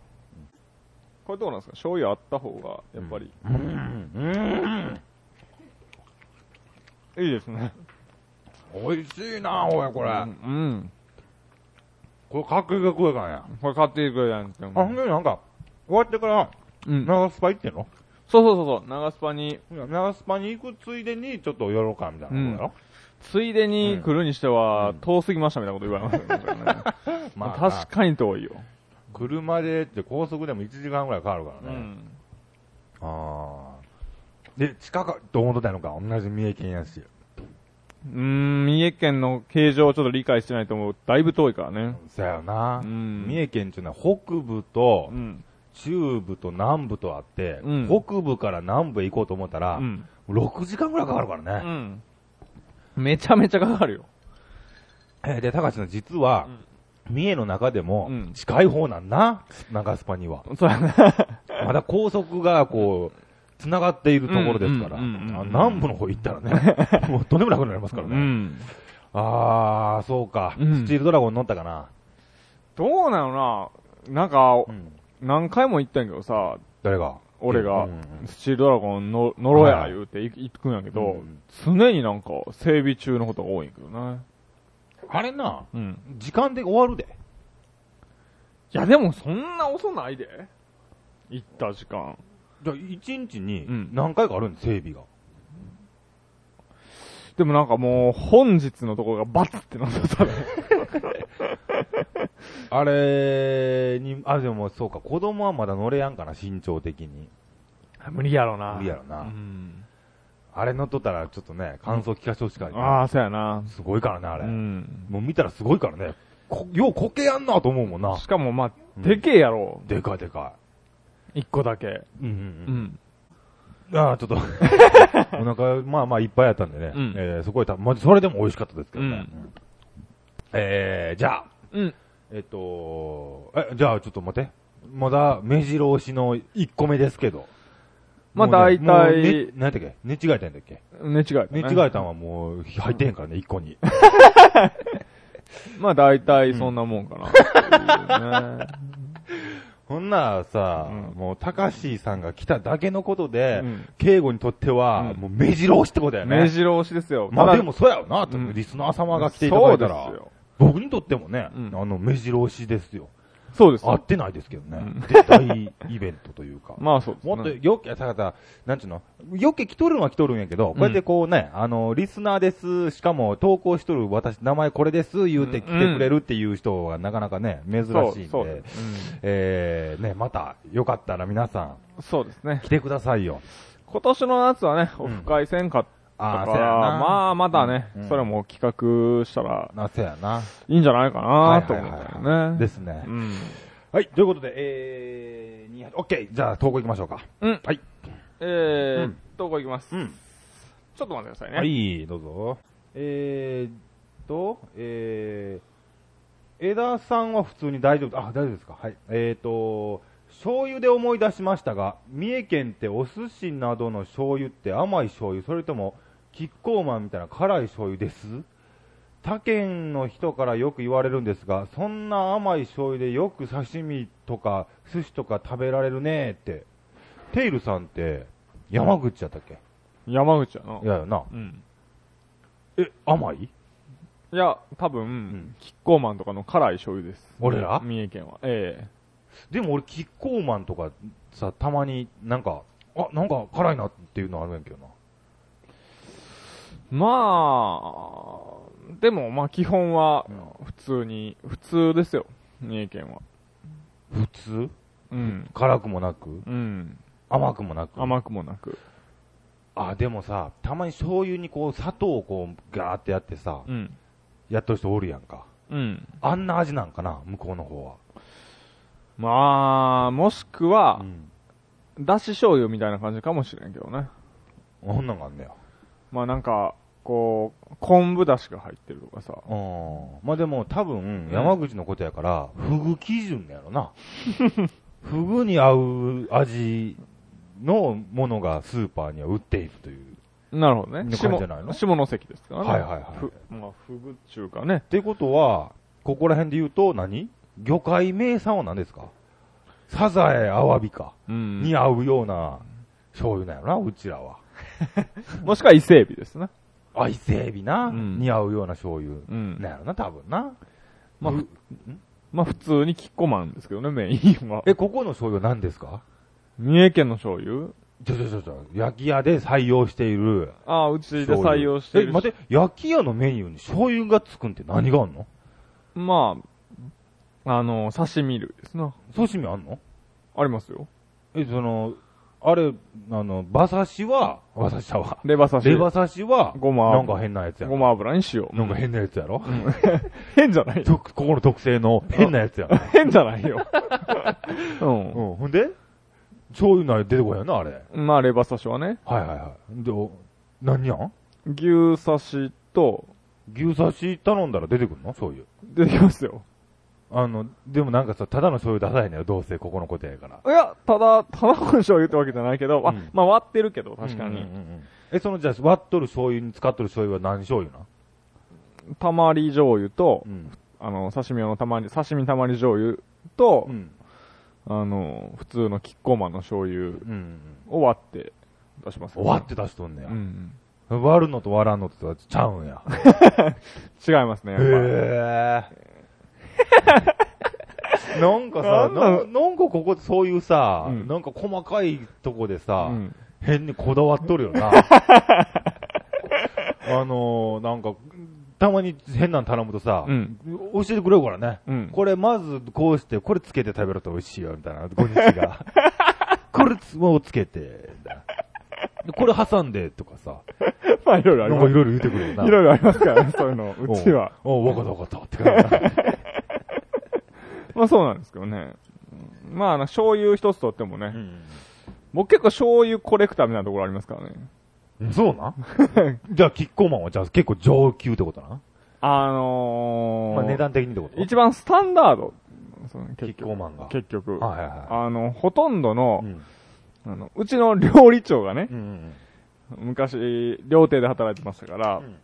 Speaker 2: これどうなんですか醤油あった方が、やっぱり、
Speaker 3: うん。うん。
Speaker 2: いいですね。
Speaker 3: 美味しいな、おい、これ。
Speaker 2: うん。
Speaker 3: これ、かっこいいかっこいいからや。
Speaker 2: うんこれ買っていくれなんですよ。
Speaker 3: あ、ほんでなんか、終わってから、
Speaker 2: うん。そう
Speaker 3: 長スパ行ってんの
Speaker 2: そうそうそう、長スパに、
Speaker 3: 長スパに行くついでに、ちょっと寄ろうか、みたいなこと
Speaker 2: ついでに来るにしては、
Speaker 3: うん
Speaker 2: 遠すぎましたみたいなこと言われますよね。
Speaker 3: やろ
Speaker 2: *laughs* まあ、確かに遠いよ。
Speaker 3: 車でって高速でも1時間ぐらいかかるからね。
Speaker 2: うん。
Speaker 3: ああ。で、近かと思ってたのか、同じ三重県やし。
Speaker 2: うーん、三重県の形状をちょっと理解してないと思う。だいぶ遠いからね。
Speaker 3: そやよな
Speaker 2: う。ん。
Speaker 3: 三重県っていうのは北部と
Speaker 2: うん。
Speaker 3: 中部と南部とあって、
Speaker 2: うん
Speaker 3: 北部から南部へ行こうと思った
Speaker 2: う
Speaker 3: ら、
Speaker 2: ん。
Speaker 3: 6時間ぐらいかかるから
Speaker 2: う
Speaker 3: ね。
Speaker 2: ん。めちゃめちゃかかるよ。
Speaker 3: えーで、高橋の実は、三重の中でも
Speaker 2: うん
Speaker 3: 近い方なんな、長スパには。
Speaker 2: そうやね。
Speaker 3: まだ高速がこう、繋がっているところですから、あ
Speaker 2: うんうんうんうん
Speaker 3: 南部の方行ったら
Speaker 2: *laughs*
Speaker 3: ね、もうとんでもなくなりますから
Speaker 2: う
Speaker 3: ね。
Speaker 2: ん。
Speaker 3: あー、そうか、
Speaker 2: うん
Speaker 3: スチールドラゴン乗ったかな。
Speaker 2: どうなのななんか、
Speaker 3: うん
Speaker 2: 何回も言ったんやけどさ、
Speaker 3: 誰が
Speaker 2: 俺が
Speaker 3: うんうん
Speaker 2: スチールドラゴンの乗ろうや
Speaker 3: はい
Speaker 2: 言うてい行くんやけ
Speaker 3: う
Speaker 2: ど
Speaker 3: ん、
Speaker 2: 常になんか整備中のことが多いんやけどね。
Speaker 3: あれな、
Speaker 2: うん。
Speaker 3: 時間で終わるで。
Speaker 2: いやでもそんな遅ないで。行った時間。
Speaker 3: じゃあ、1日に
Speaker 2: うん
Speaker 3: 何回かあるんです、整備が。
Speaker 2: でもなんかもう、本日のところがバツってなってたね。
Speaker 3: あれに、あ、でもそうか、子供はまだ乗れやんかな、身長的に。
Speaker 2: 無理やろな
Speaker 3: *laughs* 無理やろな
Speaker 2: うん。
Speaker 3: あれ乗っとったら、ちょっとね、感想聞かせてほしかった、
Speaker 2: ああ、そうやな。
Speaker 3: すごいからね、あ
Speaker 2: う
Speaker 3: れ。
Speaker 2: ん。
Speaker 3: もう見たらすごいからね。こようこけやんなと思うもんな。
Speaker 2: しかもまあ、
Speaker 3: うん
Speaker 2: でけえやろ。
Speaker 3: でかいでか
Speaker 2: 一個だけ。
Speaker 3: い。うん
Speaker 2: う。ん。
Speaker 3: ああ、ちょっと。
Speaker 2: *laughs*
Speaker 3: お腹、まあまあいっぱいあったんでね。
Speaker 2: うん
Speaker 3: えー、そこへた、まあ、それでも美味しかったですけどね。
Speaker 2: うん
Speaker 3: うんえー、じゃあ、
Speaker 2: うん。
Speaker 3: えっと、え、じゃあちょっと待って。まだ、目白押しの1個目ですけど。
Speaker 2: まあ
Speaker 3: もう
Speaker 2: 大
Speaker 3: ね
Speaker 2: 体
Speaker 3: もうね何やったっけ寝違えたんだっけ
Speaker 2: 寝違えた、ね。
Speaker 3: 寝違えたんはもう、入ってへんからね、1個に。
Speaker 2: *laughs* まあ大体そんなもんか
Speaker 3: *laughs*
Speaker 2: なっていうね。
Speaker 3: ほんならさ、
Speaker 2: うん
Speaker 3: もう、高橋さんが来ただけのことで、
Speaker 2: うん
Speaker 3: 敬語にとっては、
Speaker 2: うん
Speaker 3: もう、目白押しってことだよね。
Speaker 2: 目白押しですよ。た
Speaker 3: まあ
Speaker 2: だ
Speaker 3: でもそうやよな、
Speaker 2: うん
Speaker 3: リスナー様が来ていただい
Speaker 2: そ
Speaker 3: た
Speaker 2: う
Speaker 3: ら
Speaker 2: です、よ。
Speaker 3: 僕にとってもね、
Speaker 2: うん
Speaker 3: あの、目白押しですよ。
Speaker 2: そうです
Speaker 3: 合
Speaker 2: よ
Speaker 3: ってないですけどね
Speaker 2: うん。
Speaker 3: で大イベントとい
Speaker 2: *laughs*
Speaker 3: うか。
Speaker 2: まあそうですね。
Speaker 3: もっと、よけ、ただ、なんちゅうの、よけ来とるんは来とるんやけど、こうやってこうね、あの、リスナーです、しかも投稿しとる、私、名前これです、言うて来てくれるっていう人はなかなかね、珍し
Speaker 2: そう
Speaker 3: いん
Speaker 2: そうで
Speaker 3: で、えー、ね、また、よかったら皆さん、
Speaker 2: す。そうですね。
Speaker 3: 来てくださいよ。
Speaker 2: 今年の夏はね、
Speaker 3: うん
Speaker 2: オフ会せんかった
Speaker 3: あ
Speaker 2: か
Speaker 3: あ、
Speaker 2: ら、
Speaker 3: せやな。
Speaker 2: まあまたね、
Speaker 3: うん
Speaker 2: それも企画したら
Speaker 3: な、せやな。
Speaker 2: いいんじゃないかなと思
Speaker 3: はい
Speaker 2: っ
Speaker 3: は
Speaker 2: た
Speaker 3: いはい
Speaker 2: よ
Speaker 3: はい
Speaker 2: ね。
Speaker 3: ですね
Speaker 2: う。ん。
Speaker 3: はい、ということで、えー、2、OK! じゃあ、投稿行きましょうか。
Speaker 2: うん。
Speaker 3: はい。
Speaker 2: え
Speaker 3: う
Speaker 2: ー
Speaker 3: ん、
Speaker 2: どこ行きます
Speaker 3: ん。
Speaker 2: ちょっと待ってくださいね。
Speaker 3: はい、どうぞ。えーと、えー、枝さんは普通に大丈夫、あ、大丈夫ですか。はい。えーと、醤油で思い出しましたが、三重県ってお寿司などの醤油って甘い醤油、それとも、キッコーマンみたいな辛い醤油です他県の人からよく言われるんですが、そんな甘い醤油でよく刺身とか寿司とか食べられるねーって。テイルさんって山口やったっけ。
Speaker 2: 山口やない
Speaker 3: やよな。
Speaker 2: うん。
Speaker 3: え、甘い
Speaker 2: いや、多分、
Speaker 3: ん
Speaker 2: キッコーマンとかの辛い醤油です。
Speaker 3: 俺ら
Speaker 2: 三重県は。え
Speaker 3: でも俺、キッコーマンとかさ、たまになんか、あ、なんか辛いなっていうのあるんやけどな。
Speaker 2: えまあ、でも、まあ基本は、普通に、普通ですよ。三重県は。
Speaker 3: 普通
Speaker 2: うん。
Speaker 3: 辛くもなく
Speaker 2: うん。
Speaker 3: 甘くもなく。
Speaker 2: 甘くもなく。
Speaker 3: あ、でもさ、たまに醤油にこう、砂糖をこう、ガーってやってさ、
Speaker 2: うん。
Speaker 3: やっとる人おるやんか。
Speaker 2: うん。
Speaker 3: あんな味なんかな、向こうの方は。
Speaker 2: まあ、もしくは
Speaker 3: う、ん。
Speaker 2: だし醤油みたいな感じかもしれんけどね。
Speaker 3: こんなんがあんねや。
Speaker 2: まあなんか、こう、昆布だしが入ってるとかさ。
Speaker 3: うん。まあでも多分、山口のことやから、フグ基準だやろ *laughs* な。フグに合う味のものがスーパーには売っているという。
Speaker 2: なるほどね。
Speaker 3: 感じじゃないの
Speaker 2: 下下関ですからね。
Speaker 3: はいはいはい
Speaker 2: ふまあ、ふぐっちゅうかね
Speaker 3: っ。てことは、ここら辺で言うと何、魚介名産は何ですかサザエ、アワビか。
Speaker 2: うん。
Speaker 3: に合うような醤油なんやろな、うちらは。
Speaker 2: もしくは伊勢海老ですね。
Speaker 3: あ、伊勢海老な、
Speaker 2: うん
Speaker 3: に合うような醤油。
Speaker 2: うん。
Speaker 3: なんやろな、多分な。
Speaker 2: まあ
Speaker 3: う
Speaker 2: まあ普通にキッコマンですけどね、メインは。
Speaker 3: え、ここの醤油は何ですか
Speaker 2: *laughs* 三重県の醤油
Speaker 3: ちょちょちょちょ、焼き屋で採用している。
Speaker 2: ああ、うちで採用してるし
Speaker 3: え、待って、焼き屋のメニューに醤油がつくんって何があんの
Speaker 2: まあ、あの、刺身類ですな。
Speaker 3: 刺身あんの
Speaker 2: ありますよ。
Speaker 3: え、その、あれ、あの、馬刺しは、馬刺しだわ。
Speaker 2: レバ刺し。
Speaker 3: レバ刺しは、
Speaker 2: ごま
Speaker 3: なんか変なやつや
Speaker 2: ご
Speaker 3: ろ。
Speaker 2: ま油に塩。
Speaker 3: なんか変なやつやろ。
Speaker 2: 変じゃないよ。
Speaker 3: とここの特製の変なやつやろ。
Speaker 2: *laughs* 変じゃないよ。 *laughs* う
Speaker 3: うん、ほんで醤油なら出てこいやんな、あれ。はい
Speaker 2: ん。まあ、レバ刺しはね。
Speaker 3: はいはい。で、お何やん
Speaker 2: 牛刺しと、
Speaker 3: 牛刺し頼んだら出てくんの醤油。
Speaker 2: 出てきますよ。
Speaker 3: あの、でもなんかさ、ただの醤油出さへんのよ、どうせ、ここのことやから。
Speaker 2: いや、ただ、ただの醤油ってわけじゃないけど、あ
Speaker 3: うん、
Speaker 2: まあ割ってるけど、確か
Speaker 3: うんうん
Speaker 2: に。
Speaker 3: うんうんえ、その、じゃあ、割っとる醤油に使っとる醤油は何醤油な
Speaker 2: たまり醤油と、
Speaker 3: ん。
Speaker 2: あの、刺身用のたまり、刺身たまり醤油と、
Speaker 3: うん。
Speaker 2: あの、普通のキッコーマンの醤油
Speaker 3: うんうん。
Speaker 2: を割って出します、
Speaker 3: 終わって出しとんね
Speaker 2: うんうん。
Speaker 3: や。割るのと割らんのとはちゃうんや。
Speaker 2: 違いますね、やっぱ。
Speaker 3: へえ。 *laughs* なんかさ、
Speaker 2: なんだ
Speaker 3: なんなんかここそういうさ、
Speaker 2: うん
Speaker 3: なんか細かいとこでさ、
Speaker 2: うん
Speaker 3: 変にこだわっとる
Speaker 2: *laughs*
Speaker 3: よな。あのー、なんか、たまに変なの頼むとさ、
Speaker 2: うん
Speaker 3: 教えてくれるからね。
Speaker 2: うん
Speaker 3: これまずこうして、これつけて食べると美味しいよ、みたいな、ご
Speaker 2: *laughs*
Speaker 3: 日が。これつもうつけて、みたいなでこれ挟んで、とかさ、
Speaker 2: まあ、いろいろあ
Speaker 3: なん
Speaker 2: り
Speaker 3: かい
Speaker 2: ます
Speaker 3: ろい。ろ言うてくるよな。
Speaker 2: いろいろありますからね、 *laughs* そういうの。うちは。
Speaker 3: おう。おうわかったわかったって感じ。
Speaker 2: まあそうなんですけどね。まああの、醤油一つとってもね、
Speaker 3: うん
Speaker 2: 僕結構醤油コレクターみたいなところありますからね。
Speaker 3: そう *laughs* なんじゃあ、キッコーマンはじゃあ結構上級ってことな
Speaker 2: あのー、
Speaker 3: まあ値段的にってこと
Speaker 2: 一番スタンダード。そうね
Speaker 3: キ
Speaker 2: 結
Speaker 3: ッコ
Speaker 2: 局。
Speaker 3: ーマンが。
Speaker 2: 結局。
Speaker 3: はいはいは
Speaker 2: あの、ほとんど
Speaker 3: い。
Speaker 2: の
Speaker 3: う、ん
Speaker 2: あの、うちの料理長がね
Speaker 3: う、ん
Speaker 2: 昔、料亭で働いてましたから、
Speaker 3: うん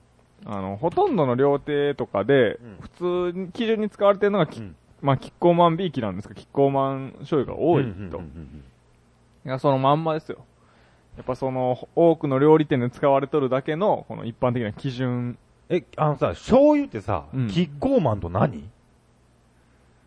Speaker 2: あの、ほとんどの料亭とかで、
Speaker 3: うん
Speaker 2: 普通に、基準に使われてるのがキ、
Speaker 3: うん
Speaker 2: まあ、キッコーマンビーキなんですけど、キッコーマン醤油が多いと。
Speaker 3: うんうんうんうん
Speaker 2: いや、そのまんまですよ。やっぱその、多くの料理店で使われとるだけの、この一般的な基準。
Speaker 3: え、あのさ、醤油ってさ、
Speaker 2: うん
Speaker 3: キッコーマンと何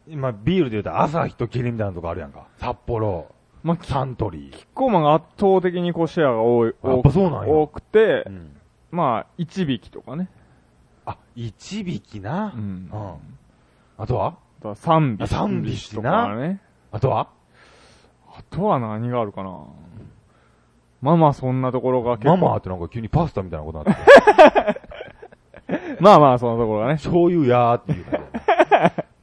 Speaker 3: 今、ビールで言うと朝日とキリンみたいなとこあるやんか。札幌、
Speaker 2: まあ、キッ
Speaker 3: サントリー。
Speaker 2: コーマンが圧倒的にこうシェアが多い、
Speaker 3: やっ
Speaker 2: 多
Speaker 3: ぱ
Speaker 2: く
Speaker 3: そうなん
Speaker 2: 多
Speaker 3: や。
Speaker 2: くて
Speaker 3: う、ん
Speaker 2: まあ、一匹とかね。
Speaker 3: あ、一匹な。
Speaker 2: う
Speaker 3: うん。
Speaker 2: ん。あ
Speaker 3: あとは
Speaker 2: とは三
Speaker 3: あ
Speaker 2: 匹。
Speaker 3: 三匹
Speaker 2: と
Speaker 3: な
Speaker 2: かね。
Speaker 3: あとは
Speaker 2: あとは何があるかなまあまあそんなところが結
Speaker 3: マ
Speaker 2: 構。
Speaker 3: マってなんか急にパスタみたいなことになって
Speaker 2: *laughs*
Speaker 3: る。
Speaker 2: まあまあそんなところがね。
Speaker 3: 醤油やーって言
Speaker 2: *laughs*
Speaker 3: うか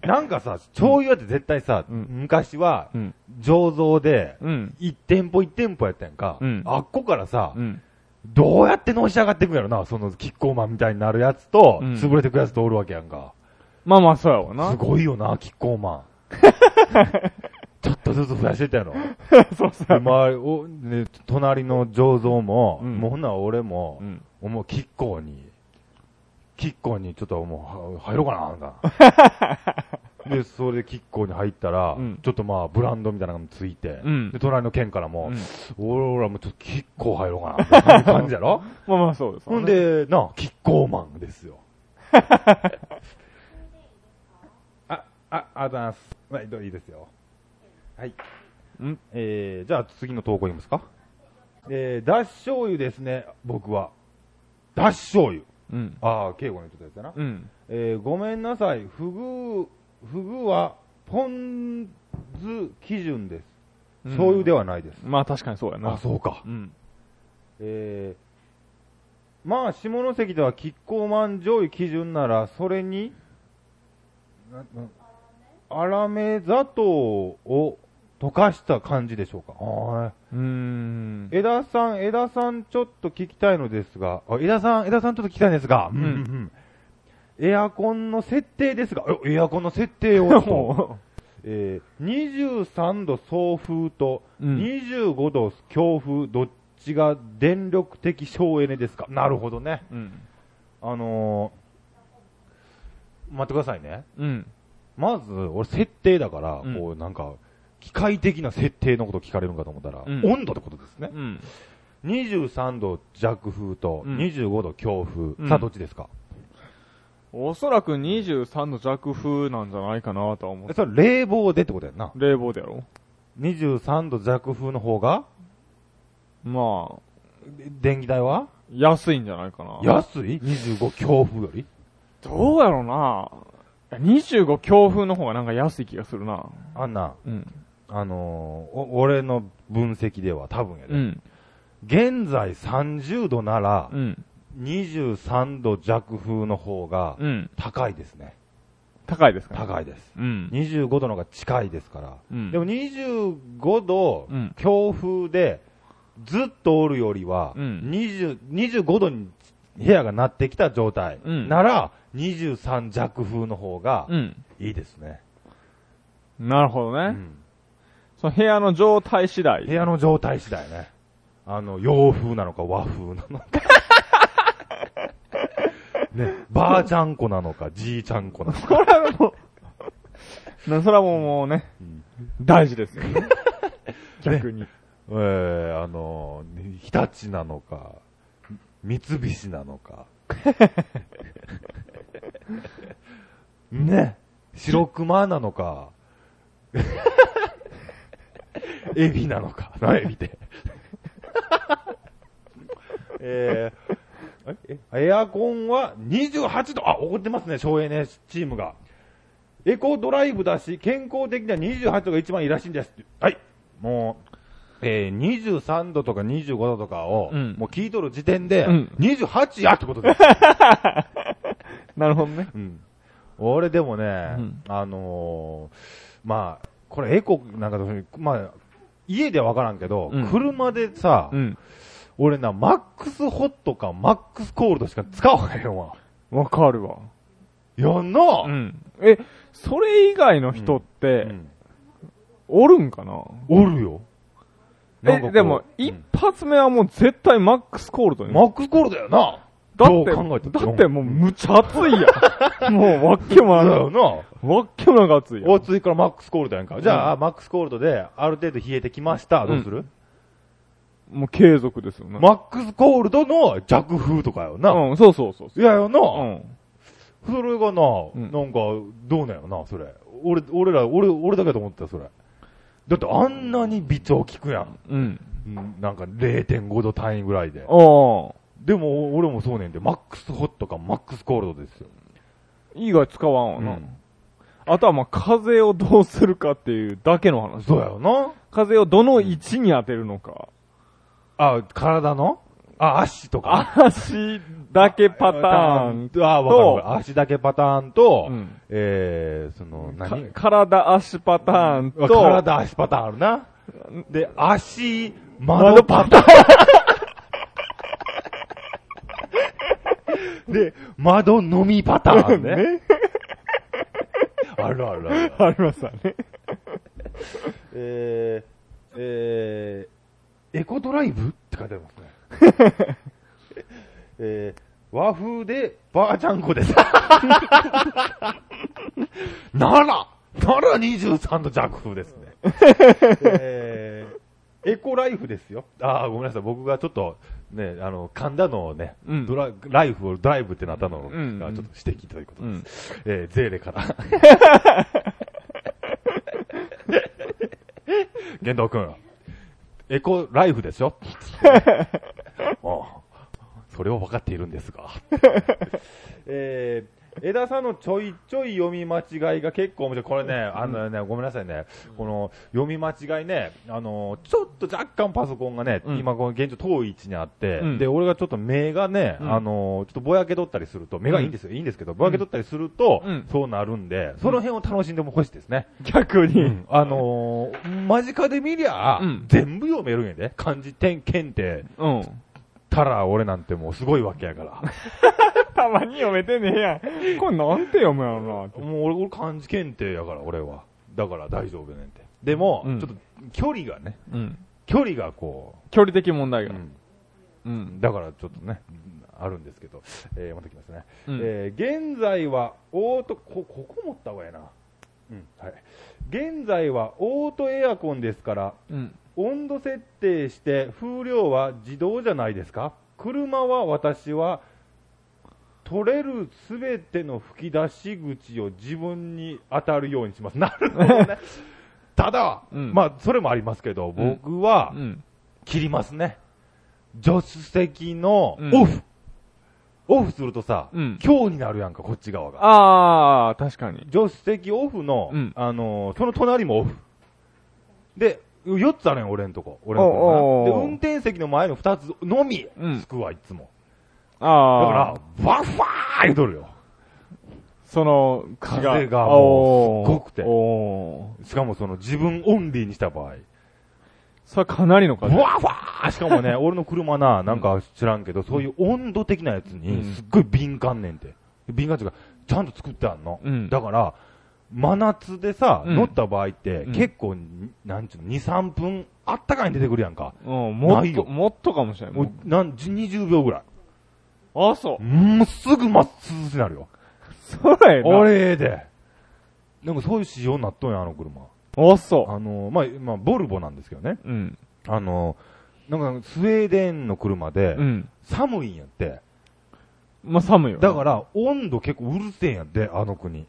Speaker 3: ら。なんかさ、醤油屋って絶対さ、
Speaker 2: うん
Speaker 3: 昔は
Speaker 2: う、ん。
Speaker 3: 醸造で、
Speaker 2: うん。
Speaker 3: 一店舗一店舗やったやんか。
Speaker 2: うん
Speaker 3: あっこからさ、
Speaker 2: うん。
Speaker 3: どうやってのし上がっていくんやろな、そのキッコーマンみたいになるやつと、
Speaker 2: うん
Speaker 3: 潰れてくやつとおるわけやんか。
Speaker 2: まあまあそうやわな。
Speaker 3: すごいよな、キッコ
Speaker 2: *laughs*
Speaker 3: ーマン。ちょっとずつ増やしてったやろ。
Speaker 2: そうそう
Speaker 3: で、周りお、ね、隣の醸造も、
Speaker 2: うん
Speaker 3: もうほんなら俺も
Speaker 2: う、ん。
Speaker 3: もうキッコーに、キッコーにちょっともうは入ろうかな、み
Speaker 2: *laughs*
Speaker 3: たいな。で、それでキッコーに入ったら、
Speaker 2: うん
Speaker 3: ちょっとまあ、ブランドみたいなのもついて、
Speaker 2: うん
Speaker 3: で、隣の県からも、
Speaker 2: うん
Speaker 3: 俺らもうちょっとキッコー入ろうかな、みたいな感じやろ
Speaker 2: まあまあそうですわ
Speaker 3: ほ
Speaker 2: ね。
Speaker 3: んで、なあ、キッコーマンです *laughs* よ。あ、あ、ありがとうございます。はい、どういいですよ。はい。
Speaker 2: ん
Speaker 3: えー、じゃあ次の投稿いきますか。えー、だし醤油ですね、僕は。だし醤油。
Speaker 2: うん。
Speaker 3: ああ、敬語の人たやつだな。
Speaker 2: うん。
Speaker 3: えー、ごめんなさい。ふぐ、ふぐは、ポン酢基準です。醤油ではないです。
Speaker 2: まあ確かにそうやな。
Speaker 3: あ、そうか。
Speaker 2: うん。
Speaker 3: えーまあ、下関ではキッコーマン醤油基準なら、それに、なな粗め砂糖を溶かした感じでしょうか。は
Speaker 2: うーん
Speaker 3: い。。江田さん、江田さんちょっと聞きたいのですが、あ江田さん、江田さんちょっと聞きたいんですが、うん
Speaker 2: うん
Speaker 3: うんエアコンの設定ですが、えエアコンの設定
Speaker 2: *laughs*
Speaker 3: をと、
Speaker 2: も
Speaker 3: えー、23度送風と
Speaker 2: う、うん
Speaker 3: 25度強風、どっちが電力的省エネですかなるほどね。
Speaker 2: う。うん。
Speaker 3: あのー、待ってくださいね。
Speaker 2: うん。
Speaker 3: まず、俺設定だから、
Speaker 2: うん
Speaker 3: こうなんか、機械的な設定のこと聞かれるんかと思ったら、
Speaker 2: うん
Speaker 3: 温度ってことですね。
Speaker 2: うん。
Speaker 3: 23度弱風と
Speaker 2: うん
Speaker 3: 25度強風。
Speaker 2: うん
Speaker 3: さあ、どっちですか
Speaker 2: おそらく23の弱風なんじゃないかなとは思う。
Speaker 3: それ冷房でってことやんな。
Speaker 2: 冷房でやろ
Speaker 3: 23度弱風の方が、
Speaker 2: まあ、
Speaker 3: で電気代は
Speaker 2: 安いんじゃないかな。
Speaker 3: 安い ?25 強風より
Speaker 2: どうやろうな。いや25強風の方がなんか安い気がするな。
Speaker 3: あんな、
Speaker 2: うん。
Speaker 3: あのーお俺の分析では多分やで。
Speaker 2: うん。
Speaker 3: 現在30度なら、
Speaker 2: うん。
Speaker 3: 23度弱風の方が
Speaker 2: うん。
Speaker 3: 高いですね。
Speaker 2: 高いですかい。
Speaker 3: 高いです。
Speaker 2: うん。
Speaker 3: 25度の方が近いですから。
Speaker 2: うん。
Speaker 3: でも25度
Speaker 2: うん、
Speaker 3: 強風で、ずっとおるよりは、
Speaker 2: うん
Speaker 3: 20 25度に部屋がなってきた状態
Speaker 2: うん
Speaker 3: なら、23弱風の方が
Speaker 2: うん。
Speaker 3: いいですね。
Speaker 2: なるほど
Speaker 3: う
Speaker 2: ね。
Speaker 3: ん
Speaker 2: その部屋の状態次第。
Speaker 3: 部屋の状態次第ね。あの、洋風なのか和風なのか。ね、ばあちゃんこなのか、じいちゃんこなのか。
Speaker 2: これはもう、 *laughs* なそれはもうもうね、大事ですよ
Speaker 3: *laughs*
Speaker 2: ね。逆に。
Speaker 3: えー、あの、日立なのか、三菱なのか。ね。白熊なのか、エビなのか。な、エビで。 *laughs* えーえエアコンは28度あ、怒ってますね、省エネチームが。エコドライブだし、健康的には28度が一番いいらしいんです。はい。もう、えー、23度とか25度とかを、
Speaker 2: うん
Speaker 3: もう聞いとる時点で、
Speaker 2: うん
Speaker 3: 28やってこ
Speaker 2: *laughs*
Speaker 3: とです。
Speaker 2: なるほどね。
Speaker 3: うん。俺でもね、
Speaker 2: ん
Speaker 3: あのーまあ、これエコなんかどういう、まあ、家ではわからんけど、
Speaker 2: うん
Speaker 3: 車でさ、
Speaker 2: うん。
Speaker 3: 俺な、マックスホットかマックスコールドしか使わへんわ。
Speaker 2: わかるわ。
Speaker 3: やんな、
Speaker 2: うん。え、それ以外の人っ
Speaker 3: う
Speaker 2: て、
Speaker 3: ん
Speaker 2: おるんかな
Speaker 3: おるよ。なんかこ
Speaker 2: え、
Speaker 3: う
Speaker 2: でも、一発目はもう絶対マックスコールド
Speaker 3: う
Speaker 2: に
Speaker 3: んマックスコールドやな。
Speaker 2: だ
Speaker 3: ど
Speaker 2: っ
Speaker 3: う
Speaker 2: て、
Speaker 3: 考えて
Speaker 2: だってもうむちゃ暑い
Speaker 3: *laughs*
Speaker 2: やん。もうわっけも
Speaker 3: だ
Speaker 2: な
Speaker 3: よ
Speaker 2: く、
Speaker 3: な。
Speaker 2: わっけもなく暑いやん。
Speaker 3: おついからマックスコールドやんか。じゃあ、マックスコールドで、ある程度冷えてきました。どうする、
Speaker 2: もう継続ですよね。
Speaker 3: マックスコールドの弱風とかよな。
Speaker 2: うん、そうそうそうそ
Speaker 3: いやよな。
Speaker 2: う。うん。
Speaker 3: それがな、
Speaker 2: うん
Speaker 3: なんか、どうなんやろな、それ。俺、俺ら、俺、俺だけと思ってた、それ。だってあんなに微調効くやん。
Speaker 2: うん。
Speaker 3: うんなんか0.5度単位ぐらいで。
Speaker 2: ああ。
Speaker 3: でも、俺もそうねんで、マックスホットかマックスコールドですよ。
Speaker 2: 以外使わんわな。
Speaker 3: うん
Speaker 2: あとはまあ風をどうするかっていうだけの話。
Speaker 3: そうやろな。
Speaker 2: 風をどの位置に当てるのか。
Speaker 3: あ、体のあ、足とか。
Speaker 2: 足だけパターン。
Speaker 3: と。あ、わかるわかる。足だけパターンと、
Speaker 2: うん
Speaker 3: えー、その、何
Speaker 2: か体足パターンと、
Speaker 3: 体足パターンあるな。で、足、窓
Speaker 2: 窓
Speaker 3: パ
Speaker 2: パ
Speaker 3: ターン。 *laughs* で、窓のみパターン *laughs* ね。あるあるある。
Speaker 2: ありましたね。
Speaker 3: えー、えー、エコドライブって書いてありますね。
Speaker 2: *laughs*
Speaker 3: えー、和風でばあちゃんこです。 *laughs* なら、なら23度弱風ですね。えー、エコライフですよ。ああ、ごめんなさい。僕がちょっと、ね、あの、噛んだのをね、
Speaker 2: うん
Speaker 3: ドラライフをドライブってなったのが、ち
Speaker 2: うん
Speaker 3: ょっと指摘ということ
Speaker 2: う
Speaker 3: です。
Speaker 2: ん。
Speaker 3: えー、ゼーレから。玄道くん、エコライフでし *laughs* ょああそれを分かっているんですが。えー、枝さんのちょいちょい読み間違いが結構面白い。これね、あのね、ごめんなさいね。この読み間違いね、あの、ちょっと若干パソコンがね、
Speaker 2: うん
Speaker 3: 今この現状遠い位置にあって、
Speaker 2: うん
Speaker 3: で、俺がちょっと目がね、
Speaker 2: うん
Speaker 3: あの、ちょっとぼやけ取ったりすると、目がいいんですよ。いいんですけど、ぼやけ取ったりすると、
Speaker 2: うん
Speaker 3: そうなるんで、その辺を楽しんでも欲しいですね。
Speaker 2: 逆に。
Speaker 3: あのー、間近で見りゃ、
Speaker 2: うん
Speaker 3: 全部読めるんやで。漢字点検定
Speaker 2: うん。
Speaker 3: たら俺なんてもうすごいわけ
Speaker 2: *laughs*
Speaker 3: やから。
Speaker 2: たまに読めてねえやん。これなんて読むやろなって。
Speaker 3: もう俺、俺漢字検定やから、俺は。だから大丈夫やねんて。でも、
Speaker 2: うん
Speaker 3: ちょっと距離がね、
Speaker 2: うん。
Speaker 3: 距離がこ
Speaker 2: 距離的問題
Speaker 3: う、
Speaker 2: が。う
Speaker 3: うん
Speaker 2: ん。
Speaker 3: だからちょっとね、あるんですけど、えー、また来ますね。
Speaker 2: うん
Speaker 3: えー現在は、おーと、こ、ここ持った方がええな。ううんはい、現在はオートエアコンですから、
Speaker 2: うん。
Speaker 3: 温度設定して風量は自動じゃないですか車は私は取れるすべての吹き出し口を自分に当たるようにします。なるほどね。 *laughs* ただ、
Speaker 2: うん
Speaker 3: まあ、それもありますけど、
Speaker 2: うん
Speaker 3: 僕は
Speaker 2: うん。
Speaker 3: 切りますね。助手席の
Speaker 2: うん
Speaker 3: オフ。オフするとさ、
Speaker 2: うん
Speaker 3: 強になるやんか、こっち側が。
Speaker 2: ああ、確かに。
Speaker 3: 助手席オフの、
Speaker 2: うん
Speaker 3: あのーその隣もオフ。で、4つあるん俺んとこ。俺の
Speaker 2: お
Speaker 3: と
Speaker 2: うお
Speaker 3: こ
Speaker 2: う
Speaker 3: な。で、運転席の前の2つのみ
Speaker 2: うん、
Speaker 3: つくわ、いつも。だ
Speaker 2: ああ
Speaker 3: か、ら、バッファー言うとるよ。
Speaker 2: その、口
Speaker 3: 風がもう
Speaker 2: おー
Speaker 3: すっごくて
Speaker 2: おー
Speaker 3: しかもその自分オンリーにした場合。
Speaker 2: それはかなりの
Speaker 3: バ
Speaker 2: 風。
Speaker 3: ッファーしかもね、 *laughs* 俺の車な、なんか知らんけど、そういう温度的なやつ
Speaker 2: うん
Speaker 3: に、すっごい敏感ねんて。敏感っていうか、ちゃんと作ってあんの。
Speaker 2: うん
Speaker 3: だから、真夏でさ、
Speaker 2: うん
Speaker 3: 乗った場合って
Speaker 2: うん、
Speaker 3: 結構、なんちゅうの、2、3分、あったかいに出てくるやんか。
Speaker 2: うん、も
Speaker 3: な
Speaker 2: っ
Speaker 3: いよ
Speaker 2: と、もっとかもしれない。
Speaker 3: も
Speaker 2: も
Speaker 3: う、なん、じ20秒ぐらい。
Speaker 2: うあ、そう。
Speaker 3: もうすぐまっすぐになるよ。
Speaker 2: それな。
Speaker 3: あれで。なんかそういう仕様になっとんや、あの車。
Speaker 2: あ、そ
Speaker 3: あの、まあ、まあ、ボルボなんですけどね。
Speaker 2: う。うん。
Speaker 3: あの、なんかスウェーデンの車で
Speaker 2: う、ん。
Speaker 3: 寒いんやって。
Speaker 2: まあ、寒いよ。
Speaker 3: だから、温度結構うるせえんやって、あの国。
Speaker 2: ら、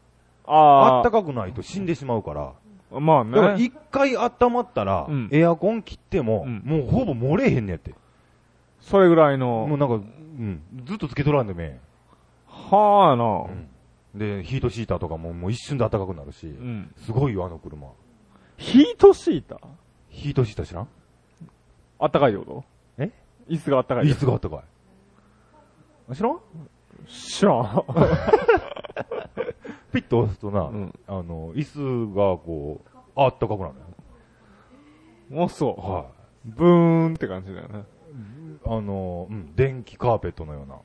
Speaker 2: あ
Speaker 3: あ
Speaker 2: あ
Speaker 3: ったかくないと死んでしまうから。
Speaker 2: まあ
Speaker 3: だから
Speaker 2: ね。
Speaker 3: 一回温まったら
Speaker 2: うん、
Speaker 3: エアコン切っても、
Speaker 2: うん
Speaker 3: もうほぼ漏れへんねやって。
Speaker 2: それぐらい
Speaker 3: もう
Speaker 2: の、
Speaker 3: なんか、うん、ずっとつけとらんでもええんや
Speaker 2: はあな。
Speaker 3: で、ヒートシーターとかももう一瞬で暖かくなるし、
Speaker 2: うん。
Speaker 3: すごいよ、あの車。
Speaker 2: ヒートシーター
Speaker 3: ヒートシーター知らん
Speaker 2: あったかいってこと
Speaker 3: え
Speaker 2: 椅子があったかい
Speaker 3: いつが暖かい。知らん
Speaker 2: 知らん。
Speaker 3: ピッと押すとな、
Speaker 2: ん
Speaker 3: あの、椅子がこう、あったかくなるのよ
Speaker 2: あ、そう。
Speaker 3: は
Speaker 2: ブーンって感じだよね。
Speaker 3: い。あの、うん、電気カーペットのような。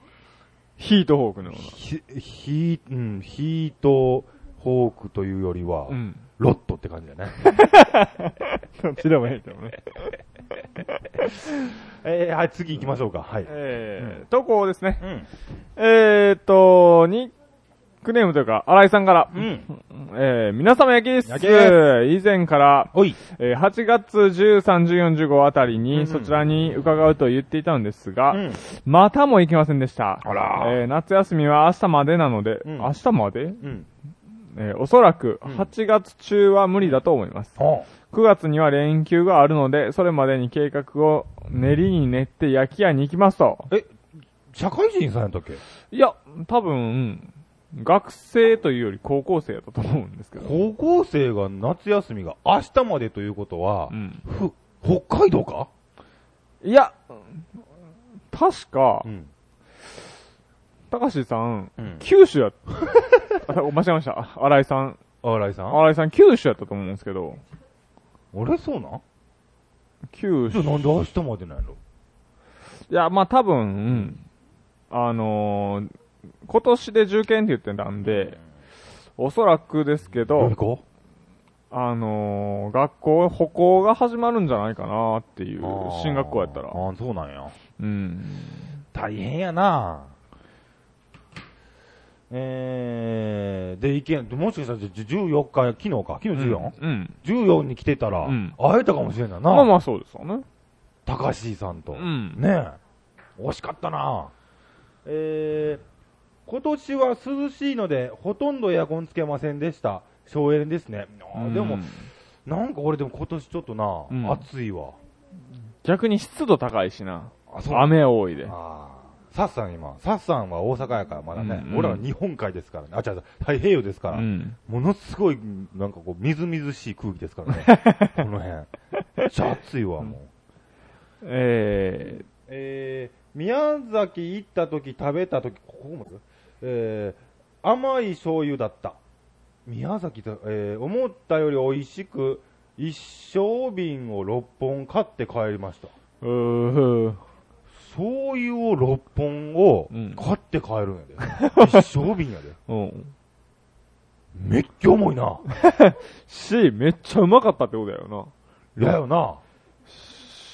Speaker 2: ヒートホークのよう
Speaker 3: ひ、ひ、うん、ヒートホークというよりは、
Speaker 2: な。うん。
Speaker 3: ロットって感じ
Speaker 2: *laughs*
Speaker 3: だね。
Speaker 2: どっちでもいいけどね。
Speaker 3: えー、はい、次行きましょうか。はい。
Speaker 2: えー、投稿ですね。
Speaker 3: うん。
Speaker 2: えーっと、ニックネームというか、荒井さんから。
Speaker 3: うん。
Speaker 2: えー、皆様焼きです。
Speaker 3: 焼きで
Speaker 2: 以前から、
Speaker 3: おい。
Speaker 2: えー8月13、14、15あたり
Speaker 3: うんう
Speaker 2: に
Speaker 3: ん
Speaker 2: そちらに伺うと言っていたのですが、
Speaker 3: うん。
Speaker 2: またも行きませんでした。
Speaker 3: あらー
Speaker 2: えー夏休みは明日までなので、
Speaker 3: うん
Speaker 2: 明日まで
Speaker 3: うん。
Speaker 2: えーおそらく
Speaker 3: うん
Speaker 2: 8月中は無理だと思います。
Speaker 3: お
Speaker 2: 9月には連休があるので、それまでに計画を練りに練って焼き屋に行きますと。
Speaker 3: 社会人さんやったっけ
Speaker 2: いや、多分、学生というより高校生だったと思うんですけど。
Speaker 3: 高校生が夏休みが明日までということは
Speaker 2: う、ん。
Speaker 3: ふ、北海道か
Speaker 2: いや、確か、
Speaker 3: ん。
Speaker 2: 高橋さん、
Speaker 3: うん。
Speaker 2: 九州や、
Speaker 3: *laughs*
Speaker 2: あ間違えました。新井さん。
Speaker 3: 新井さん
Speaker 2: 新井さん、九州やったと思うんですけど、
Speaker 3: 俺そうなん
Speaker 2: 九
Speaker 3: じゃ
Speaker 2: 州
Speaker 3: あ。なんで明日までないの
Speaker 2: いや、まあ多分、うんあのー、今年で受験って言ってたんで、おそらくですけど
Speaker 3: 予備、校
Speaker 2: あのー、学校、歩行が始まるんじゃないかなっていう、進学校やった
Speaker 3: あ
Speaker 2: ら。
Speaker 3: ー、そうなんや。
Speaker 2: うん。
Speaker 3: 大変やなえー、で、意見、もしかしたらじゃ14日、昨日か、昨日 14?14、
Speaker 2: うん。
Speaker 3: 14に来てたら、
Speaker 2: うん
Speaker 3: 会えたかもしれんないな。
Speaker 2: まあまあそうですよね。
Speaker 3: 高橋さんと。
Speaker 2: うん。
Speaker 3: ねえ。惜しかったなえー、今年は涼しいので、ほとんどエアコンつけませんでした。省エネですね。あーで
Speaker 2: う
Speaker 3: も
Speaker 2: ん、、
Speaker 3: なんか俺でも今年ちょっとな、
Speaker 2: うん
Speaker 3: 暑いわ。
Speaker 2: 逆に湿度高いしな。
Speaker 3: あ、そう
Speaker 2: 雨多いで。
Speaker 3: あーサッさん今、サッさんは大阪やからまだね、
Speaker 2: うんうん
Speaker 3: 俺らは日本海ですからね、あ、違う違う、太平洋ですから、
Speaker 2: うん。
Speaker 3: ものすごい、なんかこう、みずみずしい空気ですか
Speaker 2: *laughs*
Speaker 3: らね、この辺。めっちゃ暑いわ、もう。
Speaker 2: えー、
Speaker 3: えー、宮崎行った時食べた時ここもですえー、甘い醤油だった。宮崎だ、えー、思ったより美味しく、一升瓶を6本買って帰りました。
Speaker 2: うー
Speaker 3: 醤油を6本を
Speaker 2: うん
Speaker 3: 買って帰るんやで。一升瓶やで。
Speaker 2: うん。
Speaker 3: めっきゃ重いな。
Speaker 2: し、めっちゃうまかったってことだよな。
Speaker 3: だよな。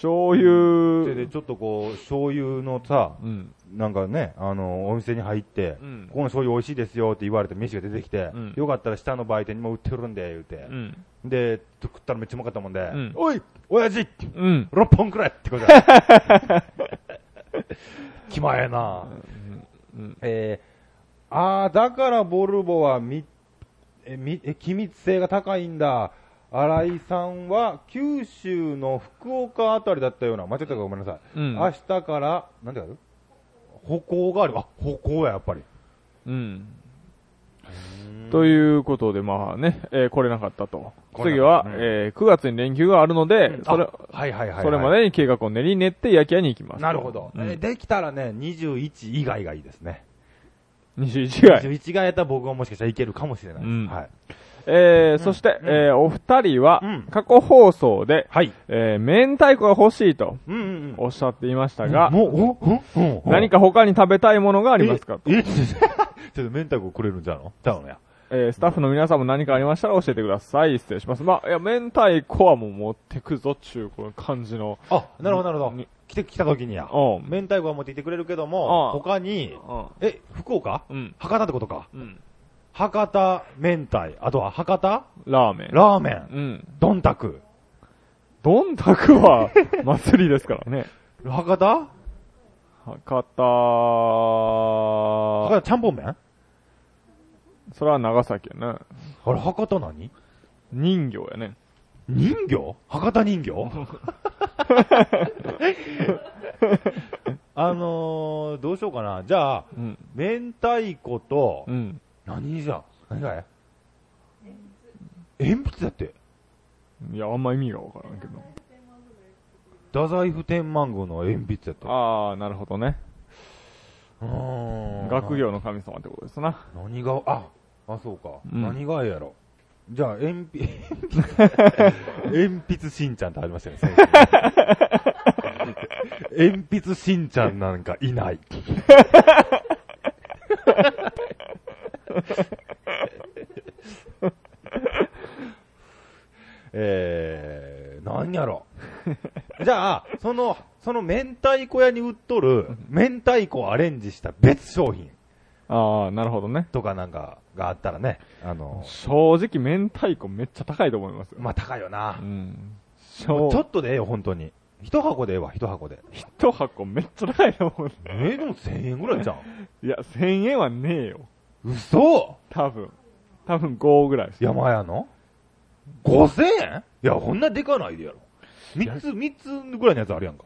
Speaker 2: 醤
Speaker 3: それで
Speaker 2: 油、
Speaker 3: ちょっとこう、醤油のさ、
Speaker 2: うん。
Speaker 3: なんかね、あの、お店に入って、
Speaker 2: うん
Speaker 3: ここの醤油美味しいですよって言われて飯が出てきて、
Speaker 2: うん
Speaker 3: よかったら下の売店にも売ってるんで、言うて。
Speaker 2: うん。
Speaker 3: で、食ったらめっちゃうまかったもんで、
Speaker 2: ん
Speaker 3: おい親父
Speaker 2: うん。
Speaker 3: !6 本くらいってことだ。 *laughs* 気前えなえー、あー、だからボルボはみ、え、み、え、機密性が高いんだ。新井さんは九州の福岡あたりだったような。間違ったかごめんなさい。
Speaker 2: うん
Speaker 3: 明日から、なんてある歩行がある。あ、歩行や、やっぱり。
Speaker 2: うん。ということで、まあね、えー来れなかったと。次は、
Speaker 3: うん
Speaker 2: えー9月に連休があるので、それ、
Speaker 3: あはいはいはいはい。
Speaker 2: それまでに計画を練り練って焼き屋に行きます。
Speaker 3: なるほど。
Speaker 2: うん
Speaker 3: えーできたらね、21以外がいいですね。
Speaker 2: 21ぐらい。
Speaker 3: 21がやったら僕はもしかしたらいけるかもしれないです。
Speaker 2: うん
Speaker 3: はい。
Speaker 2: えー、そして、えー、お二人は
Speaker 3: うん、
Speaker 2: 過去放送で、
Speaker 3: はい。
Speaker 2: えー、明太子が欲しいと
Speaker 3: うんうん
Speaker 2: おっしゃっていました
Speaker 3: うん。
Speaker 2: が、
Speaker 3: もう、おんうん
Speaker 2: 何
Speaker 3: か
Speaker 2: か他に食べたいものがありますか
Speaker 3: ええちょっと明太子くれるんじゃのだよね。
Speaker 2: えー、スタッフの皆さんも何かありましたら教えてください。失礼します。まあ、いや、明太子はもう持ってくぞっちゅう、この感じの。
Speaker 3: あ、なるほど、なるほど
Speaker 2: に。
Speaker 3: 来て、来た時にや。
Speaker 2: うん。
Speaker 3: 明太子は持ってきてくれるけども、
Speaker 2: うん
Speaker 3: 他に、
Speaker 2: う
Speaker 3: え、福岡
Speaker 2: ん。
Speaker 3: 博多ってことか。
Speaker 2: うん。
Speaker 3: 博多明太。あとは博多
Speaker 2: ラーメン。
Speaker 3: ラーメン。
Speaker 2: うん。
Speaker 3: どんたく。
Speaker 2: どんたくは、祭りですからね。
Speaker 3: 博多
Speaker 2: 博
Speaker 3: 博
Speaker 2: 多、
Speaker 3: 多ちゃんぽん麺
Speaker 2: それは長崎やね。
Speaker 3: あれ、博多何
Speaker 2: 人形やね。
Speaker 3: 人形博多人形あのー、どうしようかな。じゃあ、
Speaker 2: うん。
Speaker 3: 明太子と、
Speaker 2: うん。
Speaker 3: 何じゃん何がい鉛筆だって。
Speaker 2: いや、あんま意味がわからんけど。
Speaker 3: 太宰府天満宮の鉛筆だった。
Speaker 2: あー、なるほどね。
Speaker 3: うーん
Speaker 2: 学。業の神様ってことですな。
Speaker 3: 何が、あ、あ、そうか。
Speaker 2: うん
Speaker 3: 何がええやろ。じゃあ、鉛筆、
Speaker 2: *laughs*
Speaker 3: 鉛筆しんちゃんってありましたね。鉛筆しんちゃんなんかいない。えー、何やろ。じゃあ、その、その明太子屋に売っとる、明太子をアレンジした別商品。
Speaker 2: あー、なるほどね。
Speaker 3: とかなんかがあったらね、あの、
Speaker 2: 正直、明太子めっちゃ高いと思いますよ。
Speaker 3: まあ高いよな
Speaker 2: う。ん。
Speaker 3: ちょ
Speaker 2: 正
Speaker 3: っとでええよ、本当に。一箱でええわ、一箱で。
Speaker 2: 一箱めっちゃ高いと思う。
Speaker 3: ええでも1000円ぐらいじゃん。
Speaker 2: いや、1000円はねえよ。
Speaker 3: *laughs* 嘘
Speaker 2: 多分。多分5ぐらいです。
Speaker 3: 山屋の ?5000 円いや、こんなでかないでやろ。三つ、三つぐらいのやつあるやんか。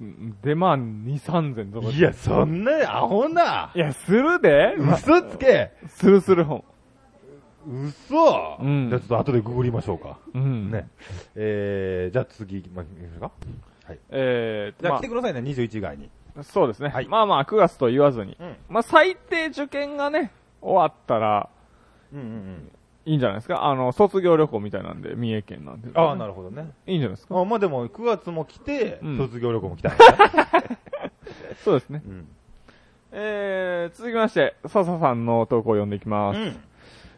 Speaker 2: うん出まあ2、3000とか。
Speaker 3: いや、そんな、アホな。
Speaker 2: いや、するで、
Speaker 3: 嘘つけ。
Speaker 2: するする本。
Speaker 3: 嘘、
Speaker 2: うん
Speaker 3: じゃあちょっと後でググりましょうか。
Speaker 2: うん。
Speaker 3: ね。えー、じゃあ次行きましょうか。
Speaker 2: えー、
Speaker 3: じゃあ
Speaker 2: ま
Speaker 3: 来てくださいね、21以外に。
Speaker 2: あ、そうですね。
Speaker 3: はい
Speaker 2: まあまあ、9月と言わずに。
Speaker 3: うん
Speaker 2: まあ、最低受験がね、終わったら、
Speaker 3: うんうんうん。
Speaker 2: いいんじゃないですかあの、卒業旅行みたいなんで、三重県なんで。
Speaker 3: ああ、なるほどね。
Speaker 2: いいんじゃないですか
Speaker 3: あまあでも、9月も来て、
Speaker 2: うん
Speaker 3: 卒業旅行も来た、
Speaker 2: *laughs* そうですね。
Speaker 3: うん。
Speaker 2: えー、続きまして、笹さんの投稿を読んでいきます。
Speaker 3: うん。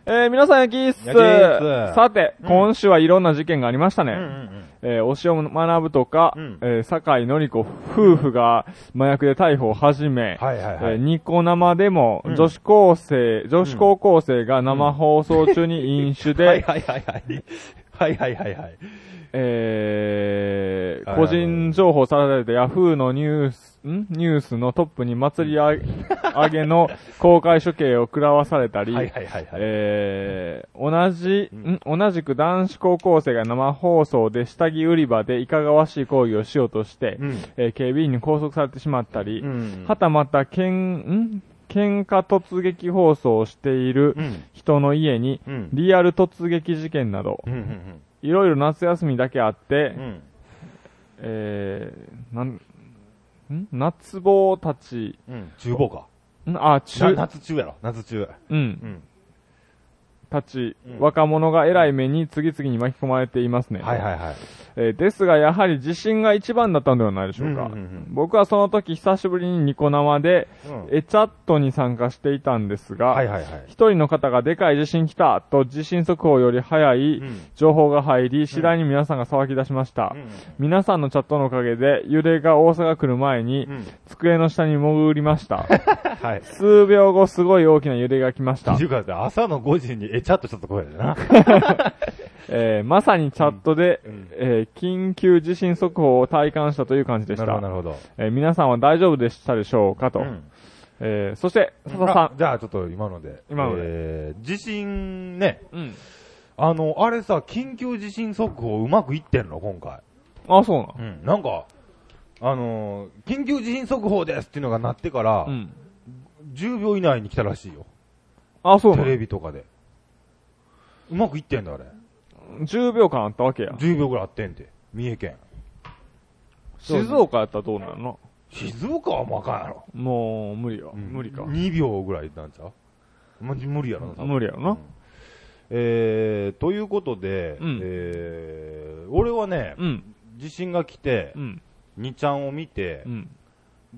Speaker 2: えー、皆さん、ヤキース
Speaker 3: ヤキース
Speaker 2: さて、
Speaker 3: うん
Speaker 2: 今週はいろんな事件がありましたね。
Speaker 3: うんうん
Speaker 2: えー、押尾学ぶとか、
Speaker 3: うん
Speaker 2: えー、坂井のり子夫婦が麻薬で逮捕を始め、
Speaker 3: はいはいは
Speaker 2: えー
Speaker 3: い。
Speaker 2: ニコ生でも
Speaker 3: うん
Speaker 2: 女子高生、女子高校生が生放送中に飲酒で、
Speaker 3: はいはいはいはい。はいはいはいはい。
Speaker 2: えー、
Speaker 3: はいは
Speaker 2: 個
Speaker 3: い
Speaker 2: 人情報さられてヤフーのニュース、んニュースのトップに祭り
Speaker 3: *laughs*
Speaker 2: あげ上げの公開処刑を食らわされたり、
Speaker 3: はいはいはいはい。
Speaker 2: えー、同じ、ん同じく男子高校生が生放送で下着売り場でいかがわしい行為をしようとして、
Speaker 3: うん
Speaker 2: えー警備員に拘束されてしまったり、
Speaker 3: うん
Speaker 2: はたまた、けん、ん喧嘩突撃放送をしている
Speaker 3: うん。
Speaker 2: 人の家に、
Speaker 3: うん
Speaker 2: リアル突撃事件など
Speaker 3: う、んうん
Speaker 2: いろいろ夏休みだけあって、
Speaker 3: うん。うん。
Speaker 2: えー、なん、ん夏坊たち、
Speaker 3: うん。厨房か。
Speaker 2: んあ、
Speaker 3: な
Speaker 2: 中、
Speaker 3: 夏中やろ。夏中。
Speaker 2: うん
Speaker 3: う、ん。
Speaker 2: たち、
Speaker 3: うん
Speaker 2: 若者が偉い目に次々に巻き込まれていますね。
Speaker 3: はいはいはい。
Speaker 2: えーですが、やはり自信が一番だったのではないでしょうか。
Speaker 3: うんうんうん
Speaker 2: 僕はその時、久しぶりにニコ生で、
Speaker 3: うん
Speaker 2: エチャットに参加していたんですが、
Speaker 3: はいはいはい。
Speaker 2: 一人の方がでかい地震来たと地震速報より早い
Speaker 3: うん
Speaker 2: 情報が入り、次第に皆さんが騒ぎ出しました。皆さんのチャットのおかげで揺れが大阪来る前に
Speaker 3: うん
Speaker 2: 机の下に潜りました。 *laughs*
Speaker 3: *laughs* はい。
Speaker 2: 数秒後すごい大きな揺れが来まし
Speaker 3: ったてい。うかさ、朝の5時にえちゃっとしたところや
Speaker 2: *laughs*
Speaker 3: でな。
Speaker 2: えーまさにチャットで、
Speaker 3: うん
Speaker 2: えー緊急地震速報を体感したという感じでし
Speaker 3: なるほど、な
Speaker 2: た。
Speaker 3: るほど。
Speaker 2: えー皆さんは大丈夫でしたでしょうかと。
Speaker 3: うん
Speaker 2: えーそして、笹
Speaker 3: あ
Speaker 2: さ
Speaker 3: じゃあちょっと今ので。
Speaker 2: 今ので
Speaker 3: えー地震ね。
Speaker 2: ん。うん。
Speaker 3: あの、あれさ、緊急地震速報うまくいってんの今回。
Speaker 2: あ、そうなん。
Speaker 3: うん。なんか、あのー緊急地震速報ですっていうのがなってから、
Speaker 2: うん。
Speaker 3: 10秒以内に来たらしいよ。
Speaker 2: あ、そうな
Speaker 3: テ
Speaker 2: ん。
Speaker 3: レビとかで。うまくいってんだ、あれ。
Speaker 2: 10秒間あったわけや。
Speaker 3: 10秒ぐらいあってんて。三重県。
Speaker 2: 静岡やったらどうなるの
Speaker 3: 静岡はもうあかんやろ。
Speaker 2: もう、無理よ。
Speaker 3: うん
Speaker 2: 無理か。
Speaker 3: 2秒ぐらいなんちゃうま無理やろな、多分
Speaker 2: 無理やろ
Speaker 3: うん
Speaker 2: な。
Speaker 3: えー、ということで、
Speaker 2: うん
Speaker 3: えー、俺はね、
Speaker 2: うん。
Speaker 3: 地震が来て
Speaker 2: う、ん。
Speaker 3: 2ちゃんを見て
Speaker 2: う、ん。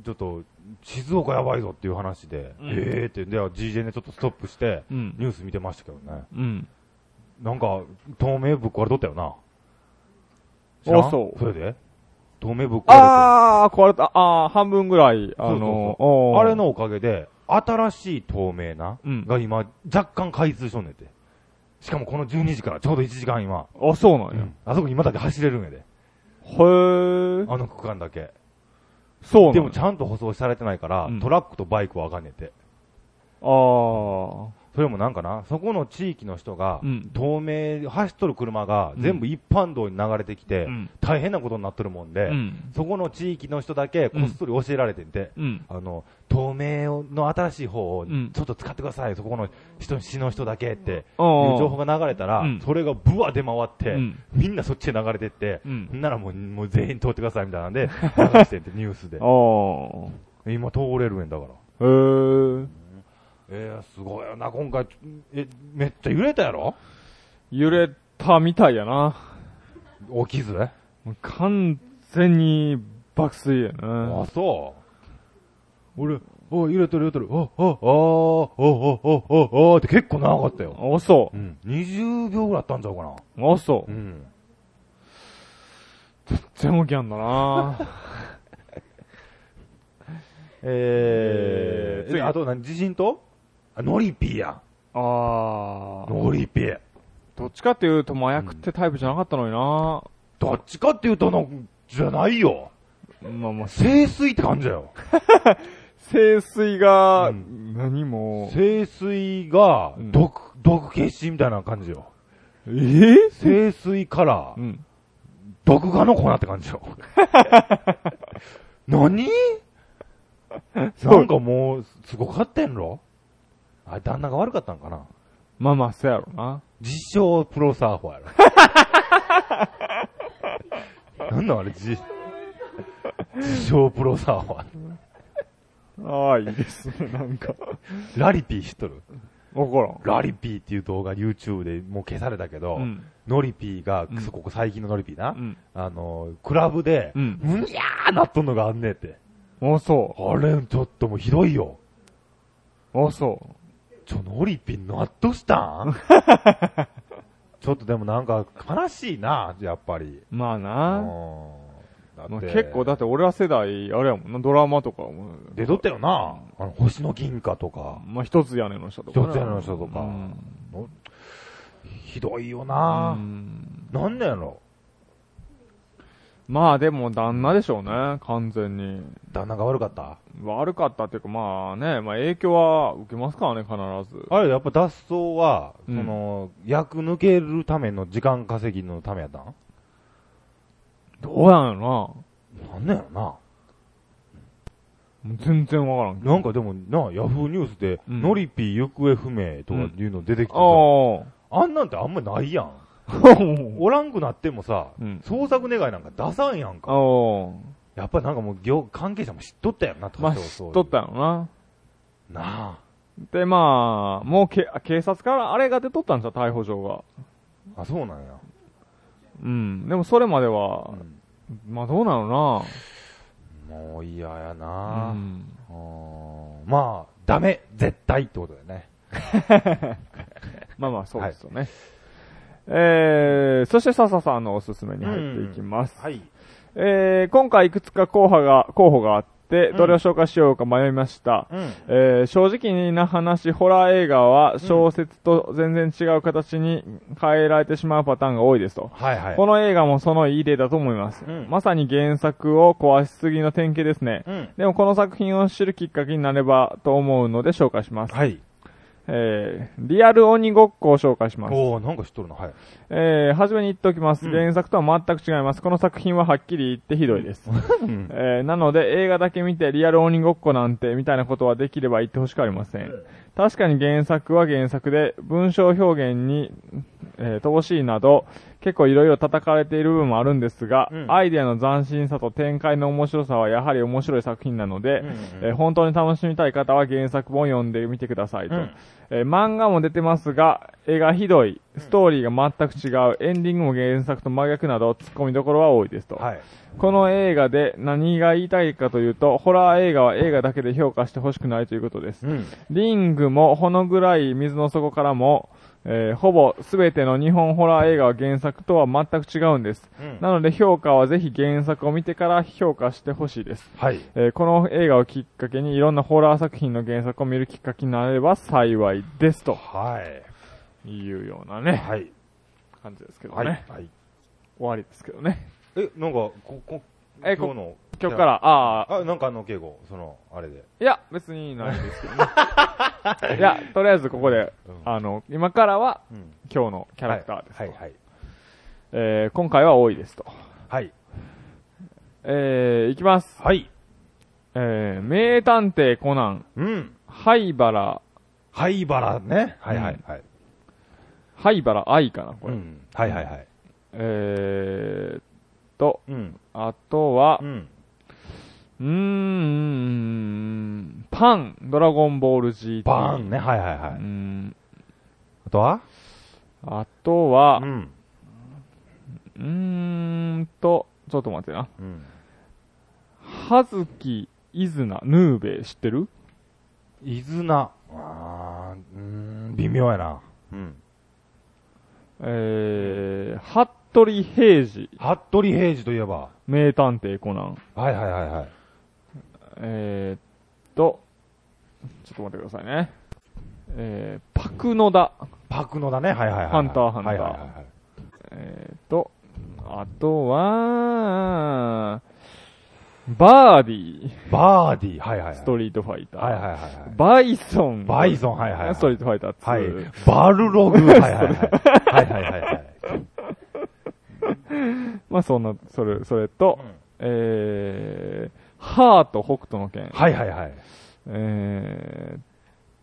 Speaker 3: ちょっと、静岡やばいぞっていう話で、
Speaker 2: うん
Speaker 3: えーって、で、GJ でちょっとストップして、
Speaker 2: うん。
Speaker 3: ニュース見てましたけどね。
Speaker 2: うん。
Speaker 3: なんか、透明ぶっ壊れとったよな。知
Speaker 2: あ
Speaker 3: らん
Speaker 2: そう
Speaker 3: それで透明ぶっ壊れとった
Speaker 2: あー、壊れた。あー、半分ぐらい、あ
Speaker 3: そうそう
Speaker 2: の、
Speaker 3: そう
Speaker 2: おー
Speaker 3: あれ。のおかげで、新しい透明な、
Speaker 2: うん
Speaker 3: が今、若干開通しとんねんて。しかもこの12時から、ちょうど1時間今。
Speaker 2: あ、そうなんや。
Speaker 3: あそこ今だけ走れるんやで。
Speaker 2: へー。
Speaker 3: あの区間だけ。
Speaker 2: そうなん
Speaker 3: で
Speaker 2: や
Speaker 3: もちゃんと舗装されてないから、
Speaker 2: うん
Speaker 3: トラックとバイクはあかんねんて。
Speaker 2: あー。
Speaker 3: それもなんかな、そこの地域の人が、
Speaker 2: うん
Speaker 3: 透明、走っとる車が
Speaker 2: うん
Speaker 3: 全部一般道に流れてきて、
Speaker 2: うん。
Speaker 3: 大変なことになっとるもんで、
Speaker 2: うん。
Speaker 3: そこの地域の人だけこっそり教えられてんて、
Speaker 2: うん。
Speaker 3: あの、透明の新しい方を
Speaker 2: うん
Speaker 3: ちょっと使ってください、そこの人、市の人だけっていう
Speaker 2: おー
Speaker 3: 情報が流れたら、
Speaker 2: うん
Speaker 3: それがブワ出回って、
Speaker 2: うん
Speaker 3: みんなそっちへ流れてって、
Speaker 2: うん
Speaker 3: ほんならもうもう全員通ってくださいみたいな
Speaker 2: *laughs*
Speaker 3: んで、流してんて、ニュースで
Speaker 2: あ。ー。
Speaker 3: 今通れるんだから。
Speaker 2: へー。
Speaker 3: えー、すごいよな、今回、え、めっちゃ揺れたやろ
Speaker 2: 揺れたみたいやな。
Speaker 3: 起きず、
Speaker 2: もう完全に爆睡や
Speaker 3: あ
Speaker 2: な。、
Speaker 3: そう。俺、お揺れてる揺れてる。あ、あ、あ、あ、あ、あ、あ、あ、って結構長かったよ。
Speaker 2: あ、そ
Speaker 3: うん。20秒ぐらいあったんちゃうかな。
Speaker 2: う。あ、そう。
Speaker 3: ん。
Speaker 2: 全部ギャンだな。
Speaker 3: え
Speaker 2: えー次
Speaker 3: あと何地震とあ、ノリピーや
Speaker 2: あ
Speaker 3: ん。
Speaker 2: ー。
Speaker 3: ノリピー。
Speaker 2: どっちかっていうと麻薬ってタイプじゃなかったのにな。
Speaker 3: どっちかっていうとの、じゃないよ。
Speaker 2: まあまあ、
Speaker 3: 清水って感じだよ。
Speaker 2: 清水が、
Speaker 3: うん
Speaker 2: 何も、
Speaker 3: 清水が
Speaker 2: う、ん
Speaker 3: 毒、毒消しみたいな感じよ。
Speaker 2: えぇ、
Speaker 3: 清水から
Speaker 2: う、ん。
Speaker 3: 毒画の粉って感じ
Speaker 2: *laughs*
Speaker 3: よ。何なんかもう、すごかったんろあれ、旦那が悪かったんかな
Speaker 2: まあまあ、そうやろな。
Speaker 3: 自称プロサーフ
Speaker 2: *laughs*
Speaker 3: ァーやろ。なんだあれ、自、自称プロサーファー。
Speaker 2: ああ、いいですね、なんか。
Speaker 3: ラリピー知っとる
Speaker 2: わか
Speaker 3: ラリピーっていう動画 YouTube でもう消されたけど、
Speaker 2: らん。うん。
Speaker 3: ノリピーが
Speaker 2: うん、
Speaker 3: そここ最近のノリピーな、
Speaker 2: うん。
Speaker 3: あの、クラブで、
Speaker 2: う
Speaker 3: うんん、にゃーなっとんのがあんねえって。
Speaker 2: あそ
Speaker 3: あれ、ちょっともうひどいよ。
Speaker 2: う。あそ
Speaker 3: ちょ、ノリピン納得した *laughs* んちょっとでもなんか悲しいな、やっぱり。
Speaker 2: う。まあ
Speaker 3: うん
Speaker 2: な。
Speaker 3: だ
Speaker 2: ま
Speaker 3: っ
Speaker 2: あ、
Speaker 3: て
Speaker 2: 結構、だって俺ら世代、あれやもんな、ドラマとかも。
Speaker 3: 出とったよな。あの、星の銀貨とか、
Speaker 2: まあ、一つ屋根の下とかな。
Speaker 3: 一つ屋根の下とか
Speaker 2: うん
Speaker 3: ひどいよ
Speaker 2: う
Speaker 3: な。
Speaker 2: ん
Speaker 3: なんなんやろ。
Speaker 2: まあでも旦那でしょうね、完全に。
Speaker 3: 旦那が悪かった。
Speaker 2: 悪かったっていうか、まあね、まあ影響は受けますからね、必ず。
Speaker 3: あれ、やっぱ脱走は、
Speaker 2: うん
Speaker 3: その、役抜けるための時間稼ぎのためやったん
Speaker 2: どうやんやろ
Speaker 3: なんなんやろ
Speaker 2: な。
Speaker 3: な。
Speaker 2: もう全然わからんけど。
Speaker 3: なんかでもな、ヤフーニュースで、
Speaker 2: うん
Speaker 3: ノリピー行方不明とかいうの出てきてた、
Speaker 2: ああ。
Speaker 3: あんなんてあんまないやん。おらんくなってもさ、
Speaker 2: うん
Speaker 3: 創作願いなんか出さんやんか。
Speaker 2: お
Speaker 3: やっぱなんかもう業、関係者も知っとったやんな、
Speaker 2: まあ、
Speaker 3: そう
Speaker 2: 知
Speaker 3: そう
Speaker 2: っとったよな。
Speaker 3: なあ。
Speaker 2: で、まあ、もうけ警察からあれが出とったんですよ、逮捕状が。
Speaker 3: あ、そうなんや。
Speaker 2: うん。でもそれまでは、
Speaker 3: うん
Speaker 2: まあどうなの
Speaker 3: もう嫌
Speaker 2: な
Speaker 3: やな、
Speaker 2: うん。
Speaker 3: うーんまあ、ダメ絶対ってことだよね。
Speaker 2: まあまあそうですよね。えー、そして笹さんのおすすめに入っていきます。
Speaker 3: はい。
Speaker 2: えー、今回いくつか候補が、候補があって
Speaker 3: う、ん
Speaker 2: どれを紹介しようか迷いました。
Speaker 3: うん。
Speaker 2: えー正直な話、ホラー映画は小説と全然違う形に変えられてしまうパターンが多いですと。
Speaker 3: はいはい。
Speaker 2: この映画もそのいい例だと思います。
Speaker 3: うん
Speaker 2: まさに原作を壊しすぎの典型ですね。
Speaker 3: うん。
Speaker 2: でもこの作品を知るきっかけになればと思うので紹介します。
Speaker 3: はい。
Speaker 2: えー、リアル鬼ごっこを紹介します。
Speaker 3: おー、なんか知っとるな。はい。
Speaker 2: えー、はじめに言っておきます。
Speaker 3: うん
Speaker 2: 原作とは全く違います。この作品ははっきり言ってひどいです。えーなので映画だけ見てリアル鬼ごっこなんてみたいなことはできれば言ってほしくありません。確かに原作は原作で文章表現に、えー乏しいなど結構いろいろ叩かれている部分もあるんですが、
Speaker 3: うん
Speaker 2: アイデアの斬新さと展開の面白さはやはり面白い作品なので、
Speaker 3: うん
Speaker 2: えー本当に楽しみたい方は原作本読んでみてくださいと。
Speaker 3: うん
Speaker 2: えー漫画も出てますが、絵がひどい、ストーリーが全く違う、エンディングも原作と真逆など、突っ込みどころは多いですと。
Speaker 3: はい。
Speaker 2: この映画で何が言いたいかというと、ホラー映画は映画だけで評価してほしくないということです。
Speaker 3: うん。
Speaker 2: リングもほの暗い水の底からも、えーほぼ全ての日本ホラー映画は原作とは全く違うんです。
Speaker 3: うん
Speaker 2: なので評価はぜひ原作を見てから評価してほしいです。
Speaker 3: はい。
Speaker 2: えーこの映画をきっかけにいろんなホラー作品の原作を見るきっかけになれば幸いですと
Speaker 3: はい。
Speaker 2: いうようなね、
Speaker 3: はい。
Speaker 2: 感じですけど
Speaker 3: は
Speaker 2: ね。
Speaker 3: い。はい。
Speaker 2: 終わりですけどね。
Speaker 3: え、なんか、こ、こ、
Speaker 2: え
Speaker 3: 今日の。
Speaker 2: 今日から、ああ、
Speaker 3: あ、なんかあの敬語、その、あれで。
Speaker 2: いや、別にないですけど *laughs* ね。いや、とりあえずここで、
Speaker 3: うん
Speaker 2: あの、今からは
Speaker 3: うん。
Speaker 2: 今日のキャラクターですと、
Speaker 3: はいはい。
Speaker 2: えー今回は多いですと。
Speaker 3: はい。
Speaker 2: えー、いきます。
Speaker 3: はい。
Speaker 2: えー、名探偵コナン、
Speaker 3: うん。
Speaker 2: 灰原、
Speaker 3: 灰原ね。はいはいはい。
Speaker 2: 灰原愛かな、これ。
Speaker 3: うん。はいはいはい。
Speaker 2: えーっと、
Speaker 3: うん。
Speaker 2: あとは
Speaker 3: う、ん。
Speaker 2: うーん、パン、ドラゴンボール GT。
Speaker 3: バーンね。はいはいは
Speaker 2: うー
Speaker 3: い。
Speaker 2: ん、
Speaker 3: あとは
Speaker 2: あとは、
Speaker 3: ん。
Speaker 2: うーんと、ちょっと待ってな。
Speaker 3: うん。
Speaker 2: はずき、いずな、ヌーベイ知ってる
Speaker 3: 伊豆な。あー、うーん、微妙やな。うん。
Speaker 2: えー、服部平次、
Speaker 3: 服部平次といえば。
Speaker 2: 名探偵コナン。
Speaker 3: はいはいはいはい。
Speaker 2: えー、っと、ちょっと待ってくださいね。えー、パクノダ、
Speaker 3: パクノだね。はいはいはいはい。
Speaker 2: ハンターハンター
Speaker 3: はいはいはいはい。
Speaker 2: えー、っと、あとは、バーディー、
Speaker 3: バーディー。はいはいはい。
Speaker 2: ストリートファイター。
Speaker 3: はいはいはいはい。
Speaker 2: バイソン、
Speaker 3: バイソン、はいはいはい。
Speaker 2: ストリートファイター2。
Speaker 3: はい。バルログ、はいはいはい。はいはいはいはい。
Speaker 2: まあそんな、それ、それと、えー、ハート北斗の拳。
Speaker 3: はいはいはい。
Speaker 2: えーっ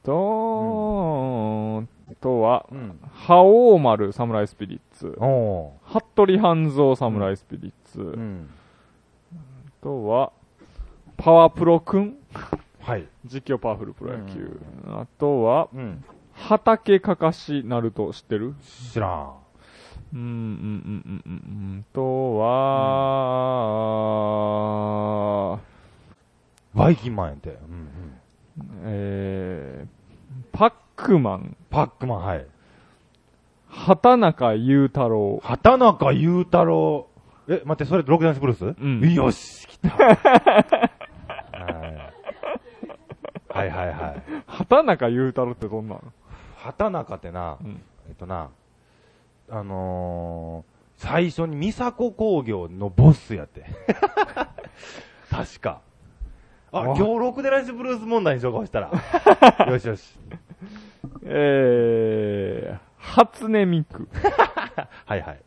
Speaker 2: と、あとは、
Speaker 3: うん。
Speaker 2: 覇王丸サムライスピリッツ。
Speaker 3: お
Speaker 2: 服部半蔵サムライスピリッツ。
Speaker 3: ー。
Speaker 2: あ
Speaker 3: ん。
Speaker 2: とは、パワプロくん
Speaker 3: はい。
Speaker 2: 実況パワフルプロ野球。あとは、
Speaker 3: うん。
Speaker 2: 畑かかしナルト知ってる
Speaker 3: 知らん。
Speaker 2: うん、うん、うん、うん、うん。うんあとは、
Speaker 3: バイキンマンやって。うんうん。
Speaker 2: えー、パックマン、
Speaker 3: パックマン、はい。
Speaker 2: 畑中裕太郎。
Speaker 3: 畑中裕太郎。え、待って、それ、ロックダンスブルース
Speaker 2: うん
Speaker 3: よし、来た。はいはいはいはい。
Speaker 2: 畑中裕太郎ってどんなの
Speaker 3: 畑中ってな、
Speaker 2: うん
Speaker 3: えっとな、あのー、最初に三迫工業のボス
Speaker 2: *laughs*
Speaker 3: やって。確か。あ、
Speaker 2: あ
Speaker 3: 今日ロックダンスブルース問題に紹介した
Speaker 2: *laughs*
Speaker 3: ら。よしよし。
Speaker 2: えー、初音ミク。
Speaker 3: はいはい。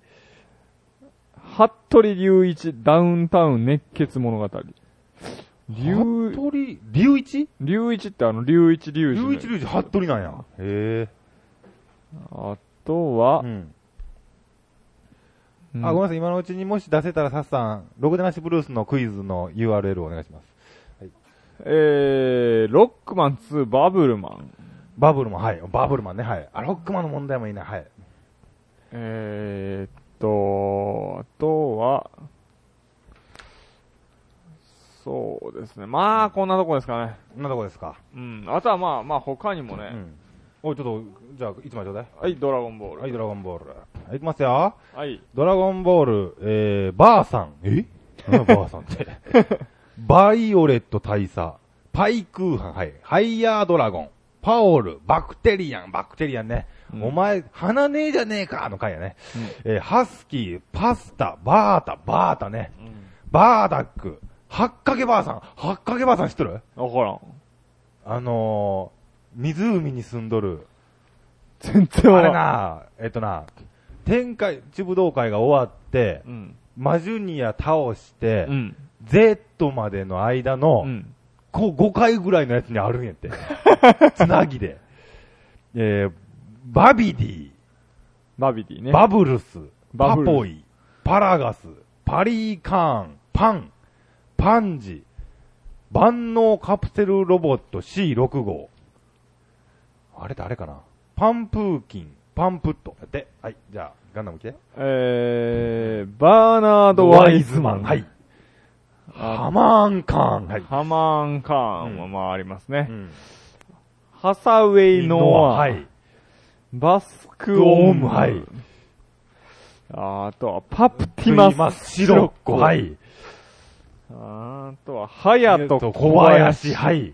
Speaker 2: 服部隆一ダウンタウン熱血物語。隆、
Speaker 3: 服部、龍一
Speaker 2: 隆一ってあの隆一隆
Speaker 3: 龍
Speaker 2: 二
Speaker 3: 一
Speaker 2: の。
Speaker 3: 龍一、服部なんや。へえ。
Speaker 2: あとは、
Speaker 3: ん。
Speaker 2: うん
Speaker 3: あ、ごめんなさい。今のうちにもし出せたら、さっさん、ログデナシブルースのクイズの URL をお願いします。
Speaker 2: えー、ロックマン2バブルマン。
Speaker 3: バブルマン、はい。バブルマンね、はい。あ、ロックマンの問題もいいな、はい。
Speaker 2: えー、っと、あとは、そうですね。まあ、こんなとこですかね。
Speaker 3: こんなとこですか。
Speaker 2: うん。あとはまあ、まあ、他にもね。
Speaker 3: うん。おい、ちょっと、じゃあ、いつまでちょうだい。
Speaker 2: はい、ドラゴンボール。
Speaker 3: はい、ドラゴンボール。はい、いきますよ。
Speaker 2: はい。
Speaker 3: ドラゴンボール、えー、ばあさん。えばあさ
Speaker 2: *laughs*
Speaker 3: んって。バイオレット大佐、パイクーハン、はい。ハイヤードラゴン、パオル、バクテリアン、バクテリアンね。
Speaker 2: うん
Speaker 3: お前、鼻ねえじゃねえかの回やね。えーハスキー、パスタ、バータ、バータね。バーダック、はっかけばあさん。はっかけばあさん知っとる
Speaker 2: わからん。
Speaker 3: あのー、湖に住んどる。
Speaker 2: 全然
Speaker 3: あ
Speaker 2: わから
Speaker 3: れ
Speaker 2: ん。
Speaker 3: な、えっとな、天界、一武道会が終わって、
Speaker 2: うん。
Speaker 3: マジュニア倒して、
Speaker 2: うん。
Speaker 3: Z までの間の、
Speaker 2: うん。
Speaker 3: こう5回ぐらいのやつにあるん
Speaker 2: *laughs*
Speaker 3: やって。つなぎで。えー、バビディ、
Speaker 2: バビディね。
Speaker 3: バブルス、
Speaker 2: バ
Speaker 3: パ
Speaker 2: ブルス
Speaker 3: ポイ、パラガス、パリーカーン、パン、パンジ、万能カプセルロボット C6 号。あれ誰かなパンプーキン、パンプット。で、はい、じゃあ、ガンダム来て。
Speaker 2: えー、バーナード・ワイズマン。
Speaker 3: はい。ハ
Speaker 2: あ。
Speaker 3: マーンカーン、はい。
Speaker 2: ハマーン・カーンはまあありますね。
Speaker 3: うん
Speaker 2: ハサウェイ・ノア。
Speaker 3: はい。
Speaker 2: バスク・オーム。
Speaker 3: はい。
Speaker 2: あとは、パプティマス。
Speaker 3: シロッコ、は。い。
Speaker 2: あとは、ハヤ
Speaker 3: えっ
Speaker 2: ト・
Speaker 3: と
Speaker 2: 小林。
Speaker 3: はい。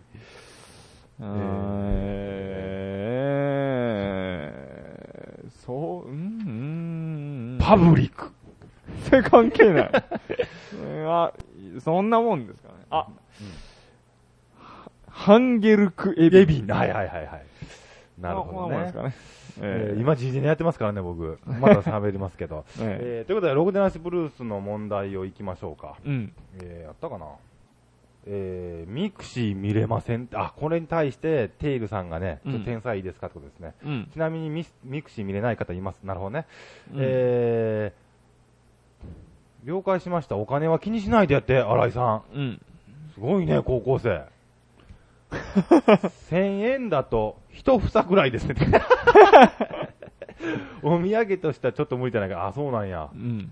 Speaker 2: えー、そう、うんうん、うん。
Speaker 3: パブリック。
Speaker 2: それ関係ない。えーあ、そんなもんですかね。あ、ハンゲルク・エビ。
Speaker 3: エビン、はいはいはいはい。なるほど
Speaker 2: まあまあ
Speaker 3: ね
Speaker 2: です。かね。
Speaker 3: え
Speaker 2: え
Speaker 3: ー
Speaker 2: ー
Speaker 3: 今、時事でやってますからね、僕。まだ喋りますけど。
Speaker 2: え
Speaker 3: *laughs* えーということで、ログデナシブルースの問題をいきましょうか。
Speaker 2: ーうん。
Speaker 3: えー、やったかなえー、ミクシー見れません。あ、これに対して、テイルさんがね、
Speaker 2: うん
Speaker 3: 天才いいですかってことですね。
Speaker 2: うん。
Speaker 3: ちなみにミスミクシー見れない方います。なるほどね。
Speaker 2: うん
Speaker 3: えー、了解しました。お金は気にしないでやって、新井さん。
Speaker 2: うん。
Speaker 3: すごいね、高
Speaker 2: *laughs*
Speaker 3: 校生。1000円だと、一房ぐらいです
Speaker 2: *laughs*
Speaker 3: ね。お土産としてはちょっと無理じゃないか。あ、そうなんや
Speaker 2: う。ん。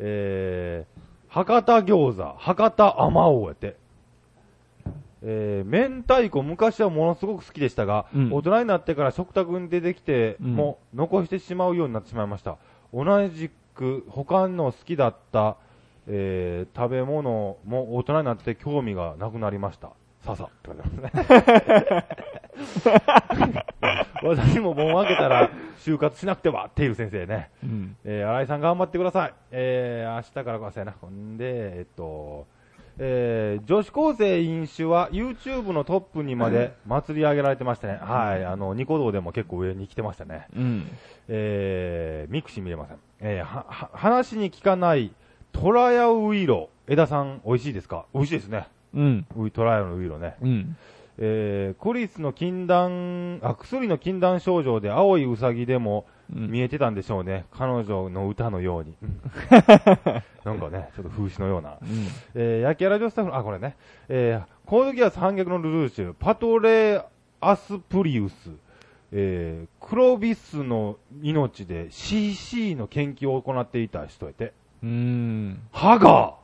Speaker 3: えー、博多餃子、博多あまおうやって。えー、明太子、昔はものすごく好きでしたが、
Speaker 2: うん
Speaker 3: 大人になってから食卓に出てきて、
Speaker 2: うん
Speaker 3: もう残してしまうようになってしまいました。同じく、他の好きだった、えー、食べ物も大人になって興味がなくなりました。
Speaker 2: *laughs*
Speaker 3: ささ。って書いてますね *laughs* 私も盆を開けたら、就活しなくてはっていう先生ね。
Speaker 2: うん。
Speaker 3: えー、新井さん頑張ってください。えー、明日からかせな。ほんで、えっと、えー、女子高生飲酒は YouTube のトップにまで祭り上げられてましたね。はい。あの、ニコ動でも結構上に来てましたね。
Speaker 2: うん。
Speaker 3: えー、ミクシー見れません。えー、は、は話に聞かない、トラヤウイロ。枝さん、美味しいですか美味しいですね。
Speaker 2: うん。
Speaker 3: ういトラヤウイロね。
Speaker 2: うん。
Speaker 3: えー、クリスの禁断、あ、薬の禁断症状で青いウサギでも、
Speaker 2: うん
Speaker 3: 見えてたんでしょうね。彼女の歌
Speaker 2: *laughs*
Speaker 3: のように。なんかね、ちょっと風刺のような。
Speaker 2: うん
Speaker 3: えー、焼きラジオスタッフの、あ、これね。えー、コードギアス反逆のルルーシュ、パトレアスプリウス、えー、クロビスの命で CC の研究を行っていた人やて。
Speaker 2: うーん。
Speaker 3: ハガ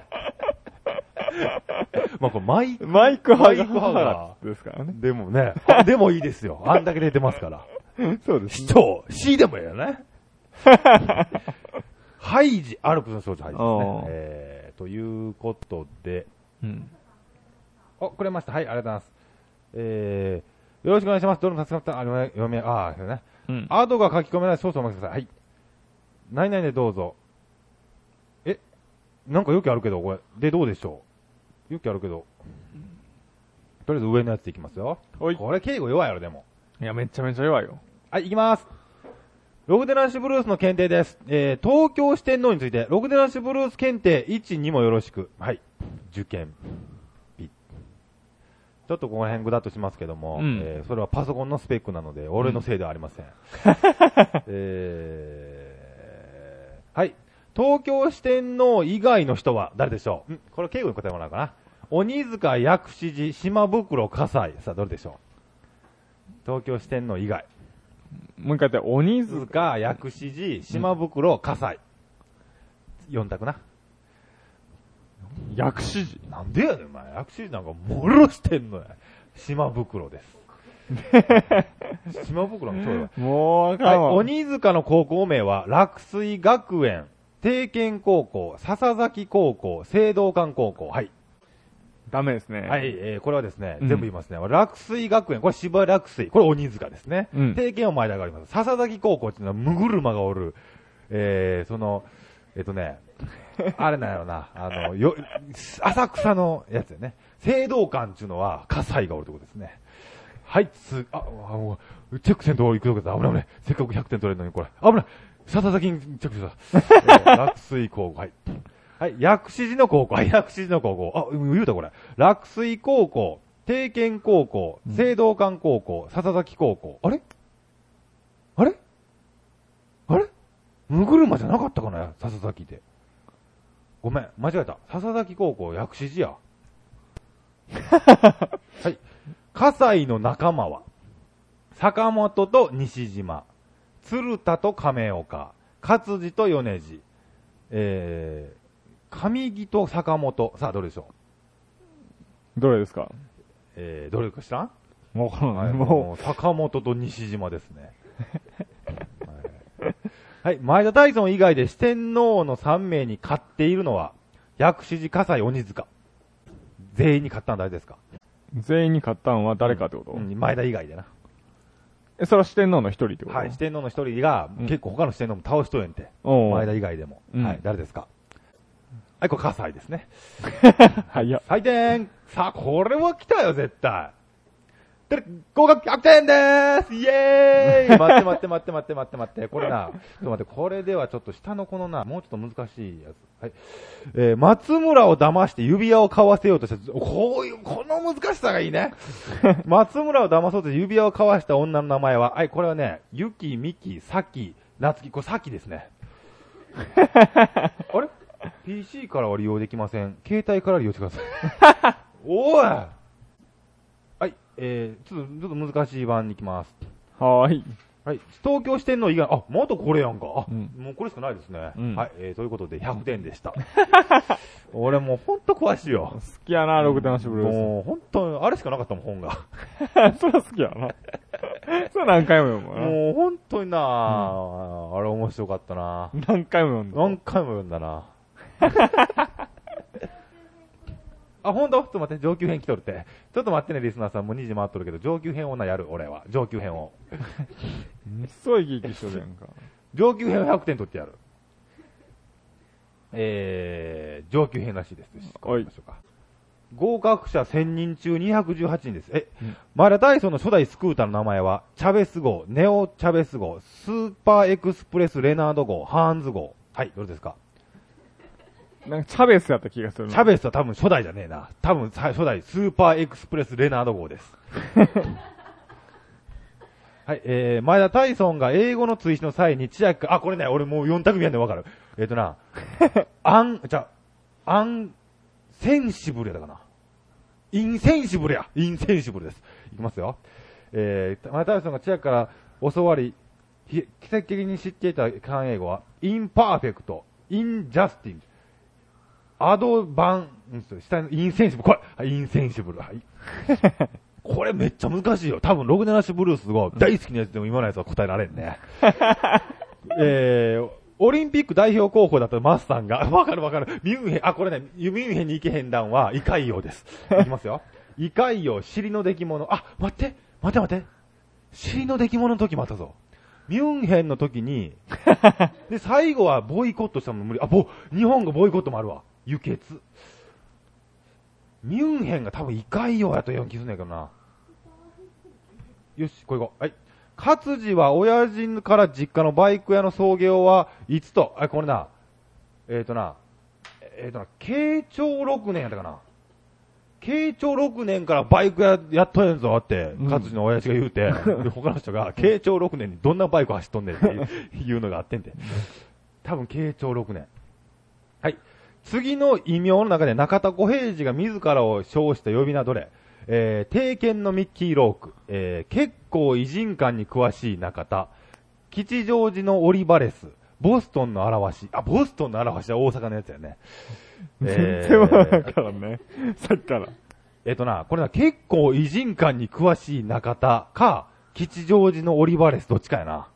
Speaker 2: *laughs*
Speaker 3: ーまあこれマイク、
Speaker 2: マイク
Speaker 3: ハ
Speaker 2: ハ
Speaker 3: ガ
Speaker 2: ガ
Speaker 3: ー
Speaker 2: ですからね。
Speaker 3: でもね、あでもいいですよ。あんだけ出てますから。
Speaker 2: そうで
Speaker 3: 市。長、C でもいい
Speaker 2: *laughs*
Speaker 3: よね。ハイジ、アルプスの少女ハイジです
Speaker 2: おう。
Speaker 3: ねえー、ということで、
Speaker 2: うん。
Speaker 3: あ、くれました。はい、ありがとうございます。えー、よろしくお願いします。どれも助かった。あ、読め、読め、あー、そうね。
Speaker 2: うん。
Speaker 3: アドが書き込めないソースをお待ちください。はい。何々でどうぞ。え、なんかよくあるけど、これ。で、どうでしょうよくあるけど。とりあえず上のやついきますよ。
Speaker 2: おい。
Speaker 3: これ敬語弱いやろ、でも。
Speaker 2: いや、めちゃめちゃ弱いよ。
Speaker 3: はい、行きます。ログデナンシブルースの検定です。えー、東京四天王について、ログデナンシブルース検定1、2もよろしく。はい。受験。ピちょっとこの辺ぐだっとしますけども、
Speaker 2: うん
Speaker 3: えーそれはパソコンのスペックなので、俺のせいではあ
Speaker 2: *laughs*
Speaker 3: りません。えー、はい。東京四天王以外の人は誰でしょうんこれ敬語に答えもらうかな。鬼塚薬師寺島袋火災。さあ、どれでしょう東京四天王以外。
Speaker 2: もう一回言って、鬼塚
Speaker 3: 鈴鹿、薬師寺、島袋、葛西。四択な。
Speaker 2: 薬師寺。
Speaker 3: なんでやねん、お前。薬師寺なんかもろしてんのや。島袋
Speaker 2: *laughs*
Speaker 3: です。島袋もそうだ。
Speaker 2: もう、あか
Speaker 3: はい、
Speaker 2: んわ。
Speaker 3: 鬼塚の高校名は、落水学園、定見高校、笹崎高校、青道館高校。はい。
Speaker 2: ダメですね。
Speaker 3: はい、えー、これはですね、
Speaker 2: うん
Speaker 3: 全部言いますね。落水学園、これ芝落水、これ鬼塚ですね。
Speaker 2: うん
Speaker 3: 定見は前田があります。笹崎高校っていうのは、むぐるまがおる、えー、その、えっ、とね、あれなんや
Speaker 2: *laughs*
Speaker 3: ろな、あの、よ、浅草のやつよね。青道館っていうのは、葛西がおるってことですね。はい、つ、あ、あもうチェックせんと行くとこだ。危ない危ない。せっかく100点取れるのに、これ。危ない。笹崎にチェックした。
Speaker 2: *laughs*
Speaker 3: えー落水高校、はい。はい、薬師寺の高校、はい薬師寺の高校。あ、うん言うたこれ。落水高校、定見高校、青道館高校、笹崎高校。あれあれあれむぐるまじゃなかったかな笹崎で。ごめん、間違えた。笹崎高校、薬師寺や。はい。葛西の仲間は、坂本と西島、鶴田と亀岡、勝地と米次、えー、上木と坂本。さあ、どれでしょう
Speaker 2: どれですか
Speaker 3: えー、どれか知らん
Speaker 2: わからない。も
Speaker 3: もう、坂本と西島です *laughs* ね。はい、はい前田大尊以外で四天王の3名に勝っているのは、薬師寺、葛西、鬼塚。全員に勝ったのは誰ですか
Speaker 2: う、全員に勝ったんは誰かってこと、
Speaker 3: うん前田以外でな。
Speaker 2: え、それは四天王の一人ってこと
Speaker 3: はい、四天王の一人が、
Speaker 2: うん
Speaker 3: 結構他の四天王も倒しとんやんて。
Speaker 2: おう
Speaker 3: 前田以外でも。
Speaker 2: うん
Speaker 3: はい、誰ですかはい、これ葛西ですね。
Speaker 2: *laughs* はい、いや。
Speaker 3: 採点さあ、これは来たよ、絶対。で、合格100点でーすイエーイ待って待って待って待って待って待って。これな、ちょっと待って、これではちょっと下のこのな、もうちょっと難しいやつ。はい。えー、松村を騙して指輪を買わせようとした、こういう、この難しさがいいね。松村を騙そうと指輪を交わした女の名前は、はい、これはね、ゆき、みき、さき、なつき、これさきですね。あれ ?PC からは利用できません。携帯から利用してください。おいはい、えー、ちょっと、ちょっと難しい版に行きます。
Speaker 2: はーい。
Speaker 3: はい、東京四天王以外、あ、まだこれやんか。あ、
Speaker 2: うん
Speaker 3: もうこれしかないですね。
Speaker 2: うん
Speaker 3: はい、えー、ということで100点で
Speaker 2: *laughs*
Speaker 3: した。俺もうほんと詳しいよ
Speaker 2: 好。きやな、6点のシブルー
Speaker 3: もうほんと、あれしかなかったもん、本が。
Speaker 2: ス。 *laughs* それは好きやな。 *laughs* それは何回も読むわな。
Speaker 3: もう本当になあ、あれ面白かったな
Speaker 2: 何回も読んだ。
Speaker 3: 何回も読ん
Speaker 2: *laughs*
Speaker 3: だなあ、ほんとちょっと待って、上級編来とるって。ちょっと待ってね、リスナーさん。もう2時回っとるけど、上級編をな、やる、俺は。上級編を。
Speaker 2: すごい生き生きしとるやんか。
Speaker 3: 上級編を100点取ってやる。えー、上級編らしいです。
Speaker 2: はい
Speaker 3: 行きましょうか合格者1000人中218人です。え、
Speaker 2: うん
Speaker 3: マラダイソンの初代スクーターの名前は、チャベス号、ネオ・チャベス号、スーパーエクスプレス・レナード号、ハーンズ号。はい、どれですか
Speaker 2: なんかチャベスやった気がするな。
Speaker 3: チャベスは多分初代じゃねえな。多分さ初代スーパーエクスプレスレナード号です。はい、えー、前田タイソンが英語の追試の際に千秋君、あ、これね、俺もう4択目やんでわかる。えっ、とな、アン、じゃ、アン、センシブルやったかな。インセンシブルや。インセンシブルです。いきますよ。えー、前田タイソンが千秋から教わり、ひ奇跡的に知っていた漢英語は、インパーフェクト、インジャスティン、アドバン、うん下のインセンシブル、これ、はいインセンシブル、はい。これめっちゃ難しいよ。多分、ログネラッシュブルースが大好きなやつでも今のやつは答えられんね。えー、オリンピック代表候補だったマスさんが、 *laughs* わかるわかる。ミュンヘン、あ、これね、ミュンヘンに行けへん段は、イカイヨです。いきますよ。イカイヨ、尻の出来物。あ、待って、待って待って。尻の出来物の時もあったぞ。ミュンヘンの時に、で、最後はボイコットしたのも無理。あ、ぼ、日本がボイコットもあるわ。輸血。ミュンヘンが多分イカイヨやという気すんねんけどな。よし、これいこう。はい。勝治は親父から実家のバイク屋の送迎はいつと、あ、これな、えっ、ー、とな、えっ、ー、とな、慶長6年やったかな。慶長6年からバイク屋やっとるんぞって、
Speaker 2: うん
Speaker 3: 勝治の親父が言
Speaker 2: *laughs*
Speaker 3: うて、で他の人が、慶長6年にどんなバイク走っとんねんっていうのがあってんて。多分慶長6年。はい。次の異名の中で中田小平次が自らを称した呼び名どれえー、定見のミッキー・ローク、えー、結構偉人感に詳しい中田、吉祥寺のオリバレス、ボストンの表し、あ、ボストンの表しは大阪のやつやね。
Speaker 2: 全然わからんからね。 *laughs* さっきから。
Speaker 3: えっとな、これな、結構偉人感に詳しい中田か、吉祥寺のオリバレスどっちかやな。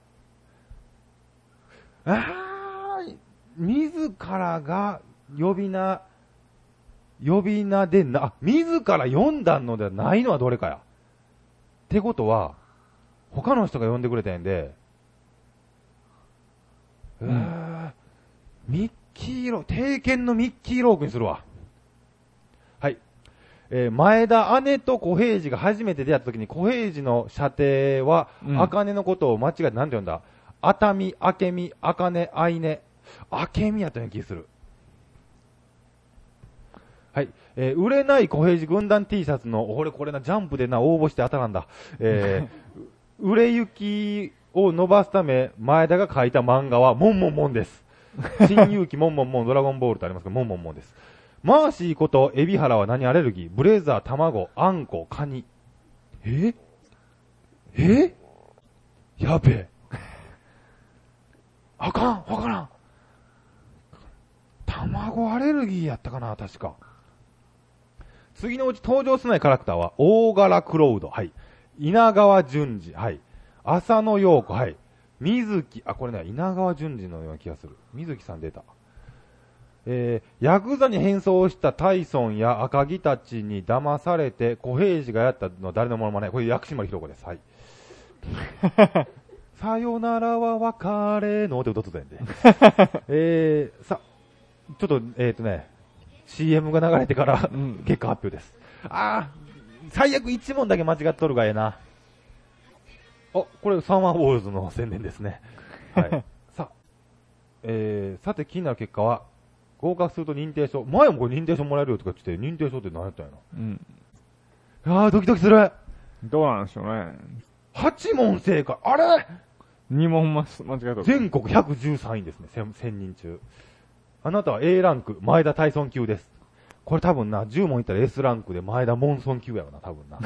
Speaker 3: あー、自らが呼び名、呼び名でな、あ自ら読んだのではないのはどれかや。ってことは、他の人が呼んでくれたんで、う
Speaker 2: うん
Speaker 3: ー、ミッキーロー、定見のミッキーロークにするわ。はい。えー前田姉と小平次が初めて出会った時に小平次の射程は、
Speaker 2: うん
Speaker 3: 茜のことを間違えて何て呼んだ熱海、明美、茜、愛音。明美やったような気する。はい。えー売れない小平次軍団 T シャツの、俺これな、ジャンプでな、応募して当たらんだ。え
Speaker 2: *laughs*
Speaker 3: ー売れ行きを伸ばすため、前田が書いた漫画は、もんもんもん
Speaker 2: *laughs*
Speaker 3: です。新勇気もんもんもん、ドラゴンボールとありますけど、もんもんもんです。マーシーこと、エビハラは何アレルギーブレザー、卵、あんこ、カニ。ええやべえ。あかん、わからん。卵アレルギーやったかな、確か。次のうち登場しないキャラクターは、大柄クロウド、はい。稲川淳二、はい。浅野陽子、はい。水木、あ、これね、稲川淳二のような気がする。水木さん出た。えーヤクザに変装したタイソンや赤木たちに騙されて、小平次がやったのは誰のものまね。これ、薬師丸ひろ子で
Speaker 2: *laughs*
Speaker 3: す。はい。さよならは別れのって歌っとったんで。
Speaker 2: *laughs*
Speaker 3: えー、さ、ちょっと、えっ、とね、CM が流れてから、
Speaker 2: うん
Speaker 3: 結果発表です。あー、最悪1問だけ間違っとるがええな。あ、これ、サンワーウォールズの宣伝ですね。
Speaker 2: *laughs*
Speaker 3: はい。さ、えー、さて気になる結果は、合格すると認定証、前もこれ認定証もらえるよとか言ってて、認定証って何やったんや
Speaker 2: うん。
Speaker 3: な。あー、ドキドキする
Speaker 2: どうなんでしょうね。
Speaker 3: !8 問正解あれ
Speaker 2: 二問ま間違えた。
Speaker 3: 全国113位ですね、1000 1000人中。あなたは A ランク、前田大尊級です。これ多分な、10問いったら S ランクで前田モンソン級やろな、多分な。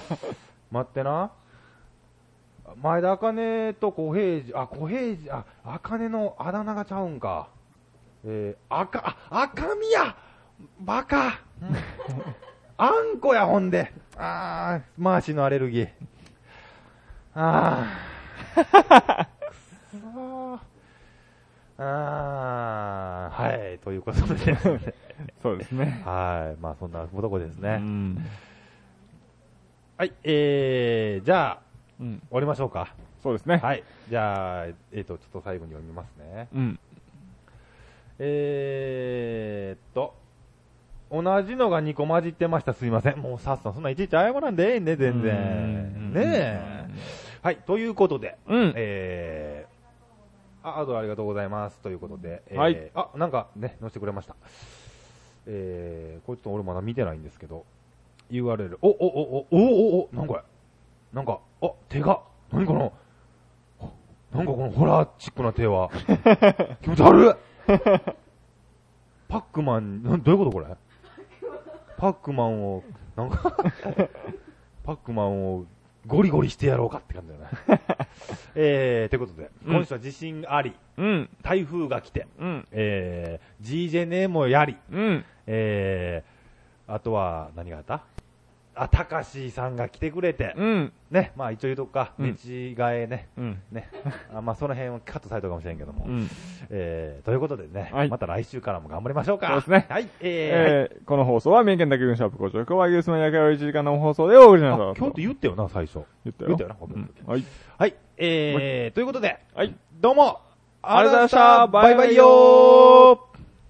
Speaker 3: *laughs* 待ってな。前田茜と小平次、あ、小平次、あ、茜のあだ名がちゃうんか。えー、赤、あ、赤みやバカあんこや、ほんで。あー、マーシーのアレルギー。あー。あーあー、はい、ということで、
Speaker 2: *laughs* そうですね。
Speaker 3: はい、まあそんなとこです
Speaker 2: う
Speaker 3: ね。
Speaker 2: ん。
Speaker 3: はい、えー、じゃあ、
Speaker 2: うん。
Speaker 3: 終わりましょうか。
Speaker 2: そうですね。い。
Speaker 3: はい、じゃあ、えっ、と、ちょっと最後に読みますね。
Speaker 2: うん。
Speaker 3: えーっと、同じのが2個混じってました、すいません。もうさっさん、そんないちいち謝らんでええね、全然。ねえ。はい、ということで、
Speaker 2: うん。
Speaker 3: えー、あ、アドありがとうございます。ということで、えー
Speaker 2: はい
Speaker 3: あ、なんかね、載せてくれました。えー、これちょっと俺まだ見てないんですけど、URL、お、お、お、お、お、お、お、なんか、なんか、あ、手が、何この、おなんかこのホラーチックな手は、気持ち悪い *laughs* パックマン、などういうことこれパックマンを、なん *laughs* か、パックマンをゴリゴリしてやろうかって感じだね。 *laughs* えー、ということで、
Speaker 2: うん
Speaker 3: 今週は地震あり、
Speaker 2: うん。
Speaker 3: 台風が来て、
Speaker 2: うん。
Speaker 3: えー、GJ もやり、
Speaker 2: うん。
Speaker 3: えー、あとは、何があったあ、たかしさんが来てくれて、
Speaker 2: うん。
Speaker 3: ね、まあ一応言うとくか、
Speaker 2: う
Speaker 3: 道
Speaker 2: ん
Speaker 3: 替えね、
Speaker 2: うん。
Speaker 3: *laughs* ね、あまあその辺はカットされたかもしれんけども、
Speaker 2: うん。
Speaker 3: えー、ということでね、
Speaker 2: はい
Speaker 3: また来週からも頑張りましょうか。
Speaker 2: そうですね
Speaker 3: はい、え
Speaker 2: えー、この放送は、三重県だけ軍シャープ工場、今日はユースの夜会を1時間の放送でお送りし
Speaker 3: ー、
Speaker 2: ま
Speaker 3: あ
Speaker 2: し、た。
Speaker 3: 今日って言ってよな、最初。
Speaker 2: 言った
Speaker 3: 言ったよ
Speaker 2: よ。
Speaker 3: な、
Speaker 2: うんはい。
Speaker 3: はい、えー、ということで、
Speaker 2: はい。
Speaker 3: どうも、
Speaker 2: ありがとうございました
Speaker 3: バイバイ
Speaker 2: バイバイ
Speaker 3: よー